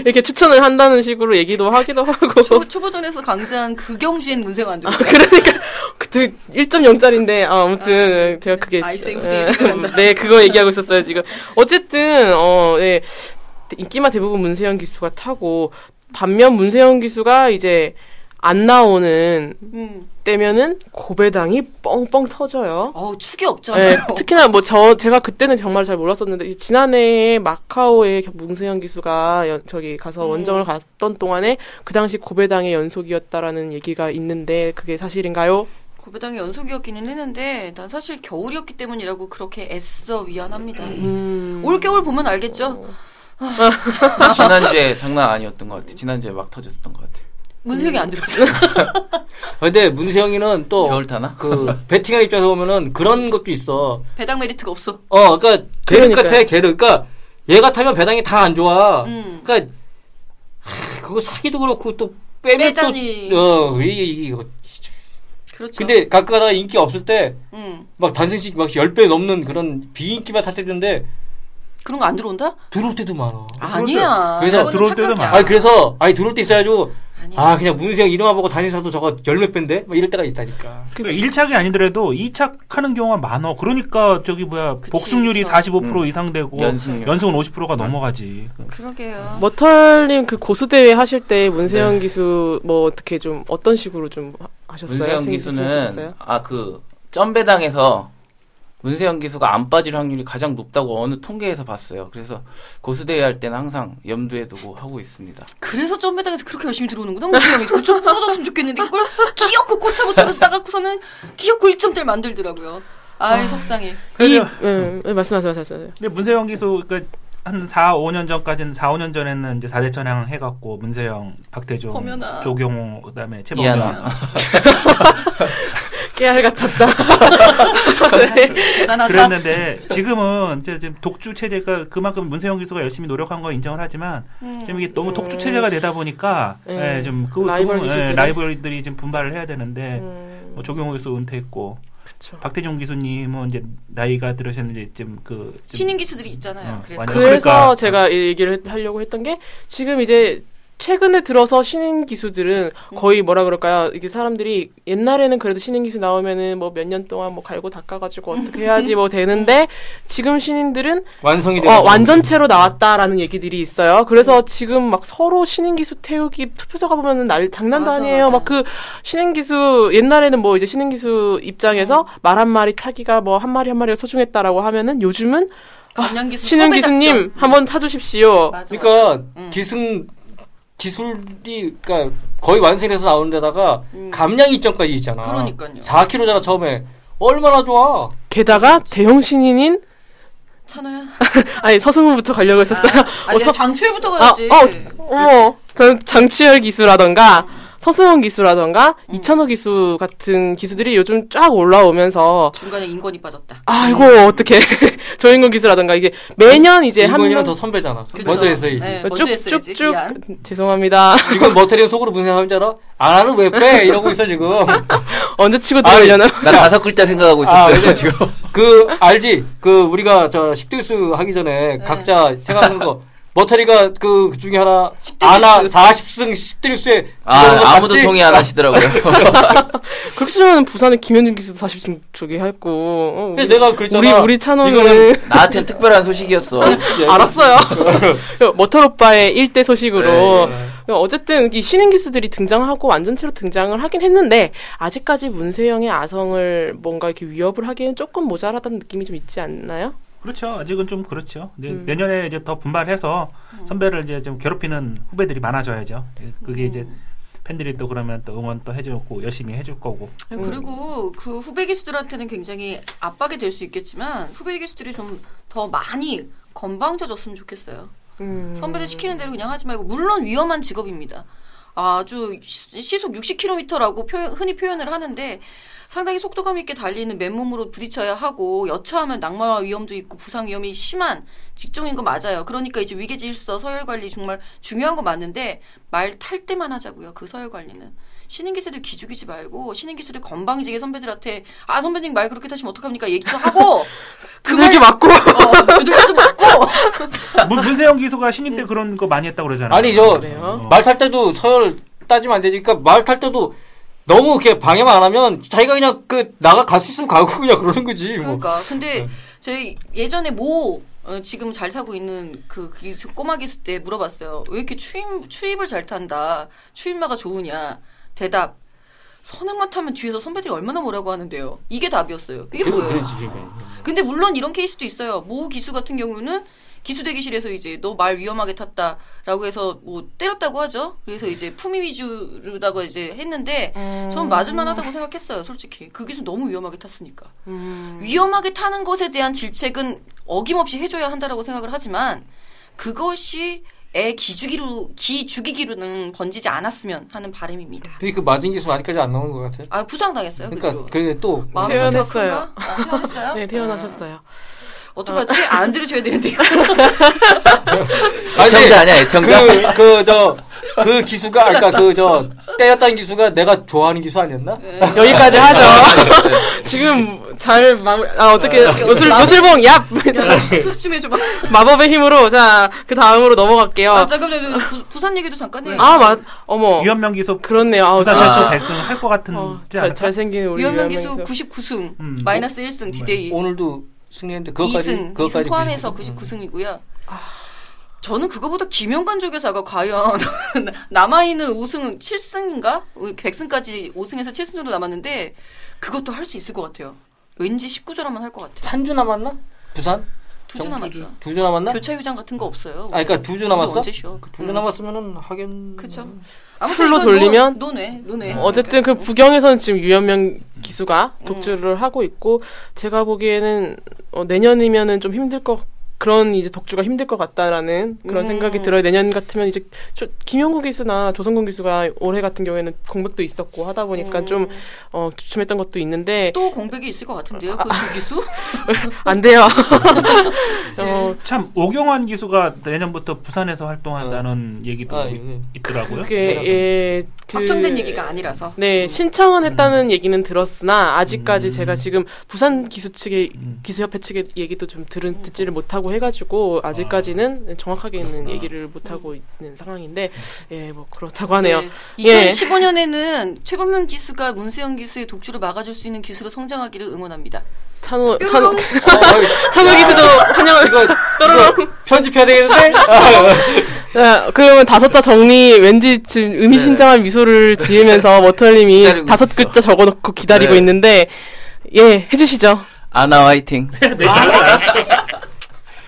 B: 이렇게 추천을 한다는 식으로 얘기도 하기도 하고
D: 초, 초보전에서 강자한 극영주엔 문세가 안 되고
B: 그러니까 그때 1.0짜리인데 아, 아무튼 제가 그게
D: 아이스 에이브
B: 예,
D: 데이즈 그런다.
B: 네 그거 얘기하고 있었어요 지금 어쨌든 어 예. 인기마 대부분 문세영 기수가 타고 반면 문세영 기수가 이제 안 나오는
D: 음.
B: 때면은 고배당이 뻥뻥 터져요.
D: 어우 축이
B: 예,
C: 네.
D: 없잖아요.
B: 특히나 뭐 저 제가 그때는 정말 잘 몰랐었는데 이 지난해에 마카오에 문세영 기수가 연- 저기 가서
D: 음.
B: 원정을 갔던 동안에 그 당시 고배당의 연속이었다라는 얘기가 있는데 그게 사실인가요?
D: 고배당의 연속이었기는 했는데 난 사실 겨울이었기 때문이라고 그렇게 애써 위안합니다.
B: 음.
D: 올 겨울 보면 알겠죠?
B: 어.
E: 지난주에 장난 아니었던 것 같아. 지난주에 막 터졌었던 것 같아.
D: 문세영이 안 들었어요.
B: 음.
C: 근데 문세영이는
E: 겨울 타나?
C: 또 그 배팅하는 입장에서 보면은 그런 것도 있어.
D: 배당 메리트가 없어.
C: 어, 그러니까 계륵
B: 그러니까요.
C: 같아 계륵. 그러니까 얘가 타면 배당이 다 안 좋아.
D: 음.
C: 그러니까 하, 그거 사기도 그렇고 또 빼면
D: 빼다니.
C: 또어 이게 이게 이거.
D: 그렇죠.
C: 근데 가끔 가다가 인기 없을 때 막
D: 음.
C: 단승씩 막 10배 넘는 그런 비인기만 사태던데
D: 그런 거 안 들어온다?
C: 들어올 때도 많아.
D: 아니야.
C: 그래서
D: 그거는
F: 들어올 때도
D: 착각이야.
F: 많아.
C: 아니 그래서 아니 들어올 때 있어야죠.
D: 아니야.
C: 아 그냥 문세영 이름만 보고 단신사도 저거 열몇 배인데 막 이럴 때가 있다니까.
F: 그러니까 1착이 아니더라도 2착 하는 경우가 많어. 그러니까 저기 뭐야
D: 그치,
F: 복승률이
D: 그쵸.
F: 45% 이상 되고
E: 음. 연승률.
F: 연승은
E: 음.
F: 50%가 넘어가지.
D: 그러게요.
B: 뭐- 머털님 그 고수 대회 하실 때 문세영
E: 네.
B: 기수 뭐 어떻게 좀 어떤 식으로 좀 하- 하셨어요?
E: 문세영
B: 생각 좀
E: 기수는
B: 하셨어요?
E: 아 그 점배당에서 문세영 기수가 안 빠질 확률이 가장 높다고 어느 통계에서 봤어요. 그래서 고수대회 할 때는 항상 염두에 두고 하고 있습니다.
D: 그래서 점배당에서 그렇게 열심히 들어오는구나. 문세영이 그좀 풀어줬으면 좋겠는데 그걸 끼얹고 고차고차로 따갖고서는 끼얹고 1점대를 만들더라고요. 아이 속상해.
B: 이
F: 그래서
B: 예, 예, 말씀하세요, 말씀하세요.
F: 근데 문세영 기수 그러니까 한 4, 5년 전까지는 4, 5년 전에는 이제 4대 천왕 해갖고 문세영, 박태종,
D: 범연아.
F: 조경호 네, 뭐 그다음에 최범경
E: 이하나
B: 깨알 같았다. 네.
D: 대단하다.
F: 그랬는데 지금은 이제 지금 독주 체제가 그만큼 문세영 기수가 열심히 노력한 거 인정을 하지만
D: 음.
F: 지금 이게 너무
B: 음.
F: 독주 체제가 되다 보니까
B: 예.
F: 예, 좀그 그
B: 라이벌
F: 부분, 예,
B: 기수들이.
F: 라이벌들이 지금 분발을 해야 되는데
B: 음,
F: 뭐 조경호 교수 은퇴했고
B: 그쵸.
F: 박태종 기수님은 뭐 이제 나이가 들으셨는데 지금 그 좀-
D: 신인 기수들이 있잖아요.
F: 어,
D: 그래서
F: 완전-
B: 그래서
F: 그러니까.
B: 제가 이 얘기를 했- 하려고 했던 게 지금 이제 최근에 들어서 신인 기수들은
D: 음.
B: 거의 뭐라 그럴까요? 이게 사람들이 옛날에는 그래도 신인 기수 나오면은 뭐 몇 년 동안 뭐 갈고 닦아가지고 어떻게 해야지 뭐 되는데 지금 신인들은
C: 완성이 되는
B: 어, 완전체로 나왔다라는 얘기들이 있어요. 그래서
D: 음.
B: 지금 막 서로 신인 기수 태우기 투표소 가보면은 날 장난도
D: 맞아,
B: 아니에요
D: 맞아.
B: 막 그 신인 기수 옛날에는 뭐 이제 신인 기수 입장에서
D: 음.
B: 말 한 마리 타기가 뭐 한 마리 한 마리가 소중했다라고 하면은 요즘은
D: 감량 기수
B: 신인
D: 섭외 작전.
B: 기수님 한번 타주십시오.
D: 맞아, 맞아.
C: 그러니까
D: 음.
C: 기승 기술이 그러니까 거의 완성돼서 나오는 데다가
D: 음.
C: 감량 이점까지 있잖아.
D: 그러니까요.
C: 4kg잖아 처음에. 얼마나 좋아.
B: 게다가 대형 신인인
D: 천호야.
B: 아니 서승훈부터 가려고 했었어요.
D: 아니
B: 어, 서-
D: 장추에부터
B: 아,
D: 가야지.
B: 어, 어머, 전 장치열 기수라던가 서승원 기수라던가
D: 음.
B: 이찬호 기수 같은 기수들이 요즘 쫙 올라오면서
D: 중간에 인권이 빠졌다.
B: 아, 이거
D: 음.
B: 어떻게 조인권 기수라던가 이게 매년 이제 한
C: 인권이랑
B: 명
C: 더 선배잖아.
D: 그쵸.
C: 먼저 했어야지.
D: 네. 먼저 했어야지.
B: 쭉쭉쭉
D: 미안.
B: 죄송합니다.
C: 지금 머테리얼 속으로 무슨 생각하는 줄 알아? 안 하는 왜 빼? 이러고 있어 지금.
B: 언제 치고
E: 아니,
B: 들어오려나?
E: 나 다섯 글자 생각하고 있었어요
C: 왜냐면
E: 지금.
C: 그 알지? 그 우리가 저 10대 뉴스 하기 전에
D: 네.
C: 각자 생각하는 거 머터리가 그 중에 하나
D: 10대
C: 아나
D: 뉴스.
C: 40승 10대 뉴스에 들어온 거
E: 아 아무도
C: 봤지?
E: 동의 안 하시더라고요.
B: 그렇게 치면 부산의 김현준 기수도 사실 좀 저기 했고 어, 우리,
C: 근데 내가 그랬잖아.
B: 우리 우리 찬호는
C: 이거는
E: 나한텐 특별한 소식이었어.
C: 이제
B: 알았어요. 머털 오빠의 일대 소식으로 그
E: 네,
B: 어쨌든 이 신인 기수들이 등장하고 완전체로 등장을 하긴 했는데 아직까지 문세영의 아성을 뭔가 이렇게 위협을 하기에는 조금 모자라다는 느낌이 좀 있지 않나요?
F: 그렇죠. 아직은 좀 그렇죠. 이제
B: 음.
F: 내년에 이제 더 분발해서
D: 음.
F: 선배를 이제 좀 괴롭히는 후배들이 많아져야죠. 네, 그게 이제
D: 음.
F: 팬들이 또 그러면 또 응원 또 해주고 열심히 해줄 거고.
D: 아니, 그리고 그 후배 기수들한테는 굉장히 압박이 될 수 있겠지만 후배 기수들이 좀 더 많이 건방져졌으면 좋겠어요. 선배들 시키는 대로 그냥 하지 말고 물론 위험한 직업입니다. 아주 시- 시속 60km라고 흔히 표현을 하는데 상당히 속도감 있게 달리는 맨몸으로 부딪혀야 하고 여차하면 낙마 위험도 있고 부상 위험이 심한 직종인 거 맞아요. 그러니까 이제 위계질서 서열 관리 정말 중요한 거 맞는데 말 탈 때만 하자고요. 그 서열 관리는 신인 기세들 기죽이지 말고 신인 기세들 건방지게 선배들한테 아 선배님 말 그렇게 타시면 어떡합니까 얘기도 하고
B: 두들기 맞고
D: 어, 두들겨 좀 맞고
F: 문, 문세영 기수가 신입
B: 네.
F: 때 그런 거 많이 했다고 그러잖아요.
C: 아니 저
B: 그래요?
C: 말 탈 때도 서열 따지면 안 되지. 그러니까 말 탈 때도 너무 이렇게 방해만 안 하면 자기가 그냥 그 나가 갈 수 있으면 가고 그냥 그러는 거지. 뭐.
D: 그러니까 근데
C: 네.
D: 저희 예전에 모 어, 지금 잘 타고 있는 그, 그 꼬마 기수 때 물어봤어요. 왜 이렇게 추임 추입을 잘 탄다? 추임마가 좋으냐? 대답. 선행만 타면 뒤에서 선배들이 얼마나 뭐라고 하는데요. 이게 답이었어요. 이게
C: 그래,
D: 뭐예요?
C: 그렇지, 그러니까.
D: 근데 물론 이런 케이스도 있어요. 모 기수 같은 경우는 기수 대기실에서 이제 너 말 위험하게 탔다라고 해서 뭐 때렸다고 하죠. 그래서 이제 품위 위주라고 이제 했는데
B: 음.
D: 전 맞을 만하다고 생각했어요. 솔직히 그 기수 너무 위험하게 탔으니까.
B: 음.
D: 위험하게 타는 것에 대한 질책은 어김없이 해줘야 한다라고 생각을 하지만 그것이 애 기죽이로 기죽이기로는 번지지 않았으면 하는 바람입니다.
C: 근데 그 맞은 기수는 아직까지 안 나온 것 같아.
D: 아 부상당했어요.
C: 그러니까
D: 그대로.
C: 그게 또
D: 마음이
B: 태어났어요.
D: 더 큰가? 아, 태어났어요?
B: 네, 태어나셨어요.
D: 아, 어떡하지? 안 들으셔야 되는데요.
C: 아니,
E: 애청자 아니야 애청자?
C: 그, 그그저 그 기수가 아까 그저 때렸다는 기수가 내가 좋아하는 기수 아니었나?
D: 예,
B: 여기까지
E: 아,
B: 하죠. 지금 잘 마무리. 아 어떻게 요술 요술봉 얍
C: 네.
D: 수습 좀 해줘봐.
B: 마법의 힘으로 자 그 다음으로
D: 아,
B: 넘어갈게요.
D: 잠깐만요. 부, 부산 얘기도 잠깐 해요.
B: 아 맞. 어머.
F: 유현명 기수
B: 그렇네요. 아우
F: 부산
B: 진짜.
F: 최초 백승 할것 같은.
B: 어,
F: 지
B: 잘,
F: 않을까?
B: 잘생긴 우리
D: 유현명 기수
B: 유현명
D: 99승,
F: 음.
D: 마이너스 1승, 디데이.
C: 어, 네. 오늘도 승리했는데 그것까지
D: 2승,
C: 그것까지
D: 2승 포함해서
C: 99.
D: 99승이고요. 저는 그거보다 김영관 조교사가 과연 남아있는 5승, 7승인가? 100승까지 5승에서 7승 정도 남았는데 그것도 할 수 있을 것 같아요. 왠지 19조라면 할 것 같아요.
C: 한주 남았나? 부산?
D: 두주 남았죠.
C: 두 주 남았나?
D: 교차 휴장 같은 거 없어요.
C: 아, 그러니까 두 주
D: 우리
C: 남았어?
D: 언제 쉬어?
C: 두 주 남았으면은 하긴.
D: 그쵸.
B: 음. 풀로
D: 이건
B: 돌리면?
D: 노, 노네, 노네.
B: 어쨌든 그 부경에서는 지금 유현명 기수가 독주를
D: 음.
B: 하고 있고 제가 보기에는 어, 내년이면은 좀 힘들 것 그런 이제 독주가 힘들 것 같다라는 그런
D: 음.
B: 생각이 들어요. 내년 같으면 이제 저- 김영국 기수나 조성근 기수가 올해 같은 경우에는 공백도 있었고 하다 보니까 좀
D: 음.
B: 어, 주춤했던 것도 있는데
D: 또 공백이 있을 것 같은데요.
B: 아,
D: 그 기수?
B: 안 돼요. 어,
F: 참 오경환 기수가 내년부터 부산에서 활동한다는 얘기도
C: 아,
F: 있-
C: 예.
F: 있더라고요.
B: 그게 예, 그-
D: 네. 확정된 얘기가 아니라서.
E: 음.
B: 네, 신청은 했다는 얘기는 들었으나 아직까지 제가 지금 부산 기수 측의
E: 음.
B: 기수협회 측의 얘기도 좀 들은 듣지를 못하고 해가지고 아직까지는 정확하게는 얘기를 못하고
E: 음.
B: 있는 상황인데 예, 뭐 그렇다고 하네요. 예.
D: 2015년에는 최범용 기수가 문세영 기수의 독주를 막아줄 수 있는 기수로 성장하기를 응원합니다.
B: 찬호 찬호
D: 뾰로롱.
C: 어,
B: 찬호 기수도 환영을
C: 이거, 이거 편집해야 되겠는데?
B: 자, 아, 그러면 다섯 자 정리 왠지 지금 의미심장한 미소를 지으면서 머털님이
E: 네. 기다리고
B: 다섯
E: 있어.
B: 글자 적어놓고 기다리고
E: 네.
B: 있는데 예 해주시죠.
E: 아나 화이팅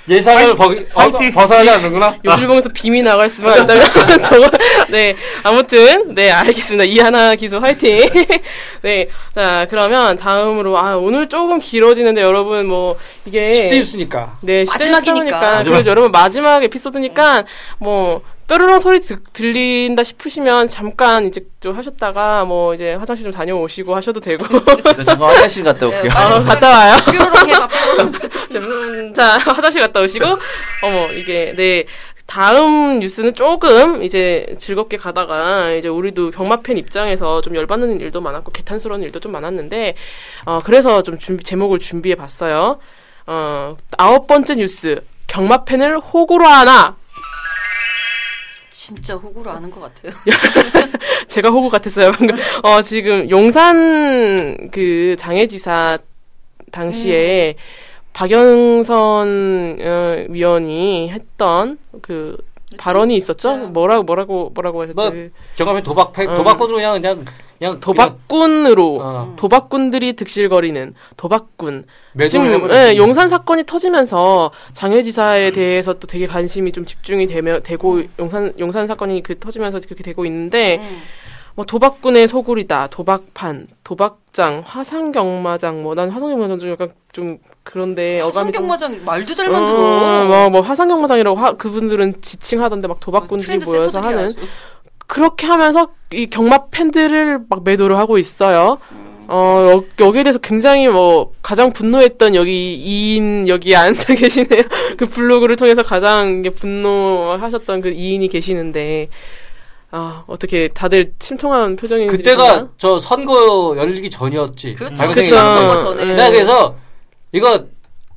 C: 예상을 벗,
F: 화이팅.
C: 벗, 벗어나지 않는구나?
B: 요술봉에서 빔이 나갈 수만 있다면 저거 네 아무튼 네 알겠습니다 이하나 기수 화이팅 네자 그러면 다음으로 아 오늘 조금 길어지는데 여러분 뭐 이게
C: 10대 뉴스니까.
B: 네, 시대
D: 마지막이니까.
B: 뉴스니까.
C: 마지막.
B: 그리고 여러분 마지막 에피소드니까 뭐 뾰로롱 소리 드- 들린다 싶으시면 잠깐 이제 좀 하셨다가 뭐 이제 화장실 좀 다녀오시고 하셔도 되고
E: 저 잠깐 화장실 갔다 올게요
B: 어, 갔다 와요.
D: 뾰로롱 해봐, 뾰로롱.
B: 음, 자, 화장실 갔다 오시고, 어머, 이게, 네. 다음 뉴스는 조금 이제 즐겁게 가다가 이제 우리도 경마팬 입장에서 좀 열받는 일도 많았고 개탄스러운 일도 좀 많았는데, 어, 그래서 좀 준비, 제목을 준비해 봤어요. 어, 아홉 번째 뉴스. 경마팬을 호구로 하나!
D: 진짜 호구로 아는 것 같아요.
B: 제가 호구 같았어요 방금. 어 지금 용산 그 장애지사 당시에 박영선 어, 위원이 했던 그 발언이 있었죠.
D: 진짜.
B: 뭐라고 뭐라고 뭐라고 하셨죠?
C: 뭐,
B: 그
C: 경험에 도박, 패,
B: 음.
C: 도박꾼으로 그냥, 그냥, 그냥.
B: 도박꾼으로
C: 그냥, 어,
B: 도박꾼들이 득실거리는 도박꾼.
C: 매도를
B: 지금
C: 해버렸지.
B: 예, 용산 사건이 터지면서 장애지사에 대해서 또 되게 관심이 좀 집중이 되며 되고 용산 용산 사건이 그 터지면서 그렇게 되고 있는데
D: 음.
B: 뭐 도박꾼의 소굴이다, 도박판, 도박장, 화상경마장, 뭐 난 화상경마장 좀 약간 좀 그런데 예, 어감이 좀-
D: 화성경마장 말도 잘 뭐,
B: 어,
D: 만들어.
B: 뭐, 뭐 화상경마장이라고 하, 그분들은 지칭하던데 막 도박꾼들이
D: 트렌드
B: 모여서
D: 센터들이야,
B: 하는
D: 아주.
B: 그렇게 하면서 이 경마 팬들을 막 매도를 하고 있어요. 어, 여, 여기에 대해서 굉장히 뭐, 가장 분노했던 여기 2인, 여기 앉아 계시네요. 그 블로그를 통해서 가장 이게 분노하셨던 그 2인이 계시는데, 아, 어떻게 다들 침통한 표정이.
C: 그때가 저 선거 열리기 전이었지.
D: 그렇죠.
C: 발생이
B: 아, 그쵸.
C: 나서.
D: 선거 전에.
B: 네.
C: 내가 그래서 이거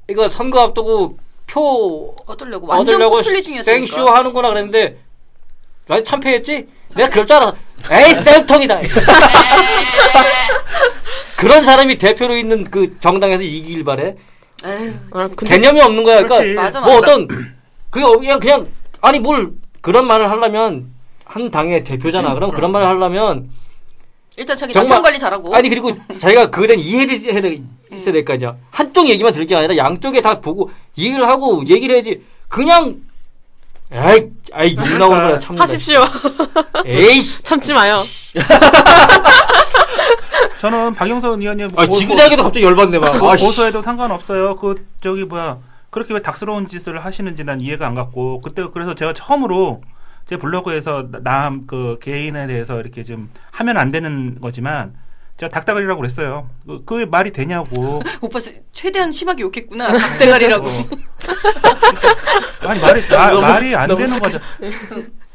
C: 이거 선거 앞두고 표
D: 얻으려고 완전
C: 얻으려고
D: 포퓰리 중이었으니까.
C: 생쇼 하는구나 그랬는데 많이 참패했지? 내가 그럴 줄 알아. 에이 쌤통이다. 그런 사람이 대표로 있는 그 정당에서 이길 바래.
D: 에휴,
B: 아, 근데
C: 개념이 없는 거야. 그러니까
F: 그렇지.
D: 맞아 맞아.
C: 뭐 어떤 그게 어- 그냥 그냥 아니 뭘 그런 말을 하려면 한 당의 대표잖아. 그럼 그런 말을 하려면
D: 일단 자기
C: 정말-
D: 남편 관리 잘하고.
C: 아니 그리고 자기가 그에 대한 이해를 해야 될- 있어야 될 거 아니야. 한쪽 얘기만 들을 게 아니라 양쪽에 다 보고 얘기를 하고 얘기를 해야지. 그냥 에이 아이 욕 나오는 거야 참는다.
B: 하십시오.
C: 에이씨.
B: 참지 마요.
F: 저는 박영선 의원님
C: 아
F: 고-
C: 지금 자기도 갑자기 열받네 막.
F: 고-
C: 아, 씨.
F: 고소해도 상관없어요. 그 저기 뭐야 그렇게 왜 닥스러운 짓을 하시는지 난 이해가 안 갔고 그때 그래서 제가 처음으로 제 블로그에서 남 그 개인에 대해서 이렇게 좀 하면 안 되는 거지만 제가 닥다가리라고 그랬어요. 그, 그게 말이 되냐고.
D: 오빠 진짜 최대한 심하게 욕했구나. 닭대가리라고.
F: 아니 말이 마-
B: 너무-
F: 말이 안
B: 너무
F: 되는 거죠.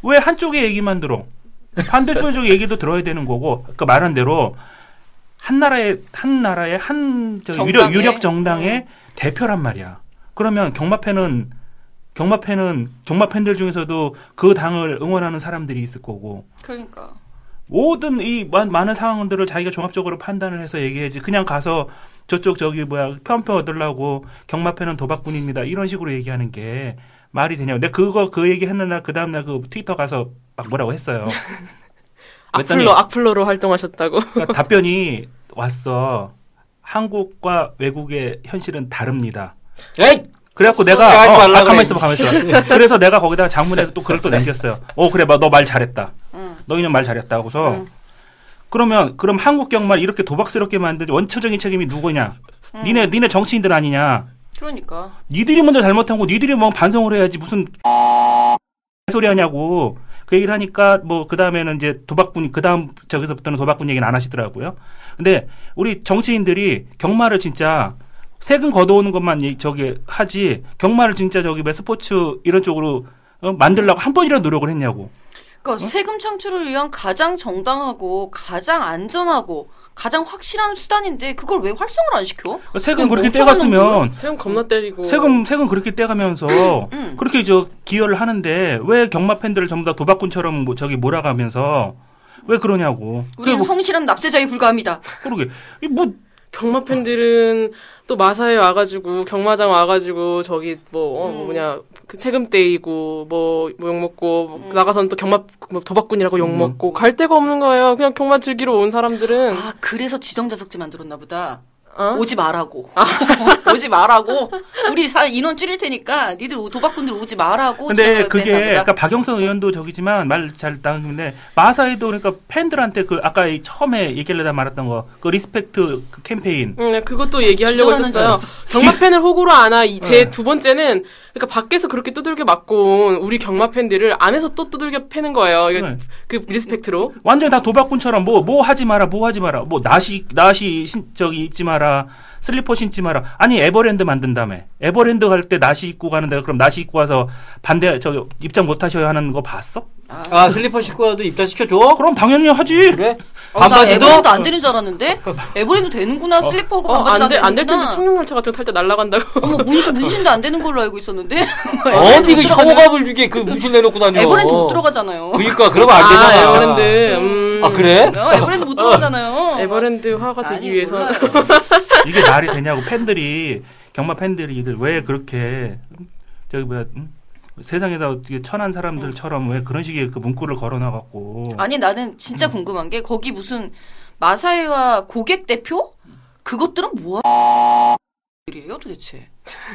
F: 왜 한쪽의 얘기만 들어? 반대편 쪽의 얘기도 들어야 되는 거고 그 말한 대로 한 나라의 한 나라의 한 저기 유력
D: 정당의? 네.
F: 유력 정당의 대표란 말이야. 그러면 경마팬은 경마팬은 경마팬들 중에서도 그 당을 응원하는 사람들이 있을 거고
D: 그러니까.
F: 모든 이 많- 많은 상황들을 자기가 종합적으로 판단을 해서 얘기해야지 그냥 가서 저쪽 저기 뭐야 편표 얻으려고 경마패는 도박꾼입니다 이런 식으로 얘기하는 게 말이 되냐고 내가 그거 그 얘기 했는 날 그 다음날 그 트위터 가서 막 뭐라고 했어요 아,
B: 악플로, 악플로로 활동하셨다고.
F: 그러니까 답변이 왔어 한국과 외국의 현실은 다릅니다
C: 에이.
F: 그래갖고
C: 소리
F: 내가
C: 하지
F: 어,
C: 말라
F: 아, 가만
C: 그래.
F: 있어봐 가만 있어봐 그래서 내가 거기다가 장문에 또 글을 또 남겼어요 어 그래 너 말 잘했다
D: 응.
F: 너희는 말 잘했다 하고서
D: 응.
F: 그러면 그럼 한국 경마 이렇게 도박스럽게 만든 원초적인 책임이 누구냐? 니네 니네 정치인들 아니냐?
D: 그러니까.
F: 니들이 먼저 잘못한 거 니들이 뭐 반성을 해야지 무슨 소리 하냐고 그 얘기를 하니까 뭐 그 다음에는 이제 도박꾼 그 다음 저기서부터는 도박꾼 얘기는 안 하시더라고요. 근데 우리 정치인들이 경마를 진짜 세금 걷어오는 것만 얘기- 저기 하지 경마를 진짜 저기 왜 스포츠 이런 쪽으로 어, 만들려고 한 번이라도 노력을 했냐고.
D: 그러니까 세금 창출을 위한 가장 정당하고 가장 안전하고 가장 확실한 수단인데 그걸 왜 활성을 안 시켜? 그냥
F: 세금 그렇게
D: 그러니까 멍청한
F: 떼갔으면
B: 세금 겁나 때리고.
F: 세금 세금 그렇게 떼가면서
D: 음.
F: 그렇게 저 기여를 하는데 왜 경마 팬들을 전부 다 도박꾼처럼 뭐 저기 몰아가면서 왜 그러냐고.
D: 우리는
F: 그리고
D: 성실한 납세자에 불과합니다.
F: 그러게 이뭐
B: 경마 팬들은 또 마사에 와가지고 경마장 와가지고 저기 뭐 어,
D: 음.
B: 뭐냐 그 세금 떼이고 뭐욕 먹고
D: 음.
B: 나가서는 또 경마 뭐 도박꾼이라고
C: 음.
B: 욕 먹고 갈 데가 없는 거예요. 그냥 경마 즐기러 온 사람들은
D: 아 그래서 지정자석제 만들었나 보다.
B: 어?
D: 오지 말라고. 오지 말라고. 우리 사- 인원 줄일 테니까 니들 오- 도박꾼들 오지 말라고.
F: 근데
D: 뭐 지정자석제
F: 그게
D: 했나 보다.
F: 그러니까 박영선 의원도 저기지만 말 잘 나왔는데 마사에도 그러니까 팬들한테 그 아까 이 처음에 얘기하려다 말았던 거 그 리스펙트 그 캠페인
B: 응, 네, 그것도 얘기하려고
D: 기절하는 줄
B: 했었어요. 경마 팬을 호구로 안아 제
C: 네.
B: 두 번째는 그러니까 밖에서 그렇게 두들겨 맞고 온 우리 경마 팬들을 안에서 또 두들겨 패는 거예요. 이거
F: 네.
B: 그 리스펙트로.
F: 완전히 다 도박꾼처럼 뭐 뭐 하지 마라 뭐 하지 마라 뭐 나시 나시 신, 저기 입지 마라 슬리퍼 신지 마라 아니 에버랜드 만든다며 에버랜드 갈 때 나시 입고 가는데 그럼 나시 입고 와서 반대 저기 입장 못 하셔야 하는 거 봤어? 어,
C: 아 슬리퍼 신고 와도 입장 시켜줘.
F: 그럼 당연히 하지
C: 그래?
D: 어, 나
C: 반바지도
D: 에버랜드 안 되는 줄 알았는데 에버랜드 되는구나 슬리퍼하고
B: 어,
D: 반바지
B: 안
D: 안
B: 돼,
D: 되는구나.
B: 안 될 텐데 청룡열차 같은 거 탈 때 날아간다고.
D: 어머 뭐, 문신 문신도 안 되는 걸로 알고 있었는데.
C: 어디 그 혐오감을 주게 그 문신 내놓고 다녀.
D: 에버랜드 못 들어가잖아요.
C: 그니까 그러면 안 되잖아.
B: 아, 에버랜드. 음.
C: 아 그래?
D: 어, 에버랜드 못 들어가잖아요.
B: 에버랜드화가 되기
D: 아니,
B: 위해서
D: 몰라요.
F: 이게 말이 되냐고 팬들이 경마 팬들이 이들 왜 그렇게 저기 뭐야 음? 세상에다 어떻게 천한 사람들처럼 왜 그런 식의 그 문구를 걸어놔갖고
D: 아니 나는
B: 음.
D: 진짜 궁금한 게 거기 무슨 마사회와 고객 대표 그것들은 뭐야? 이에요 도대체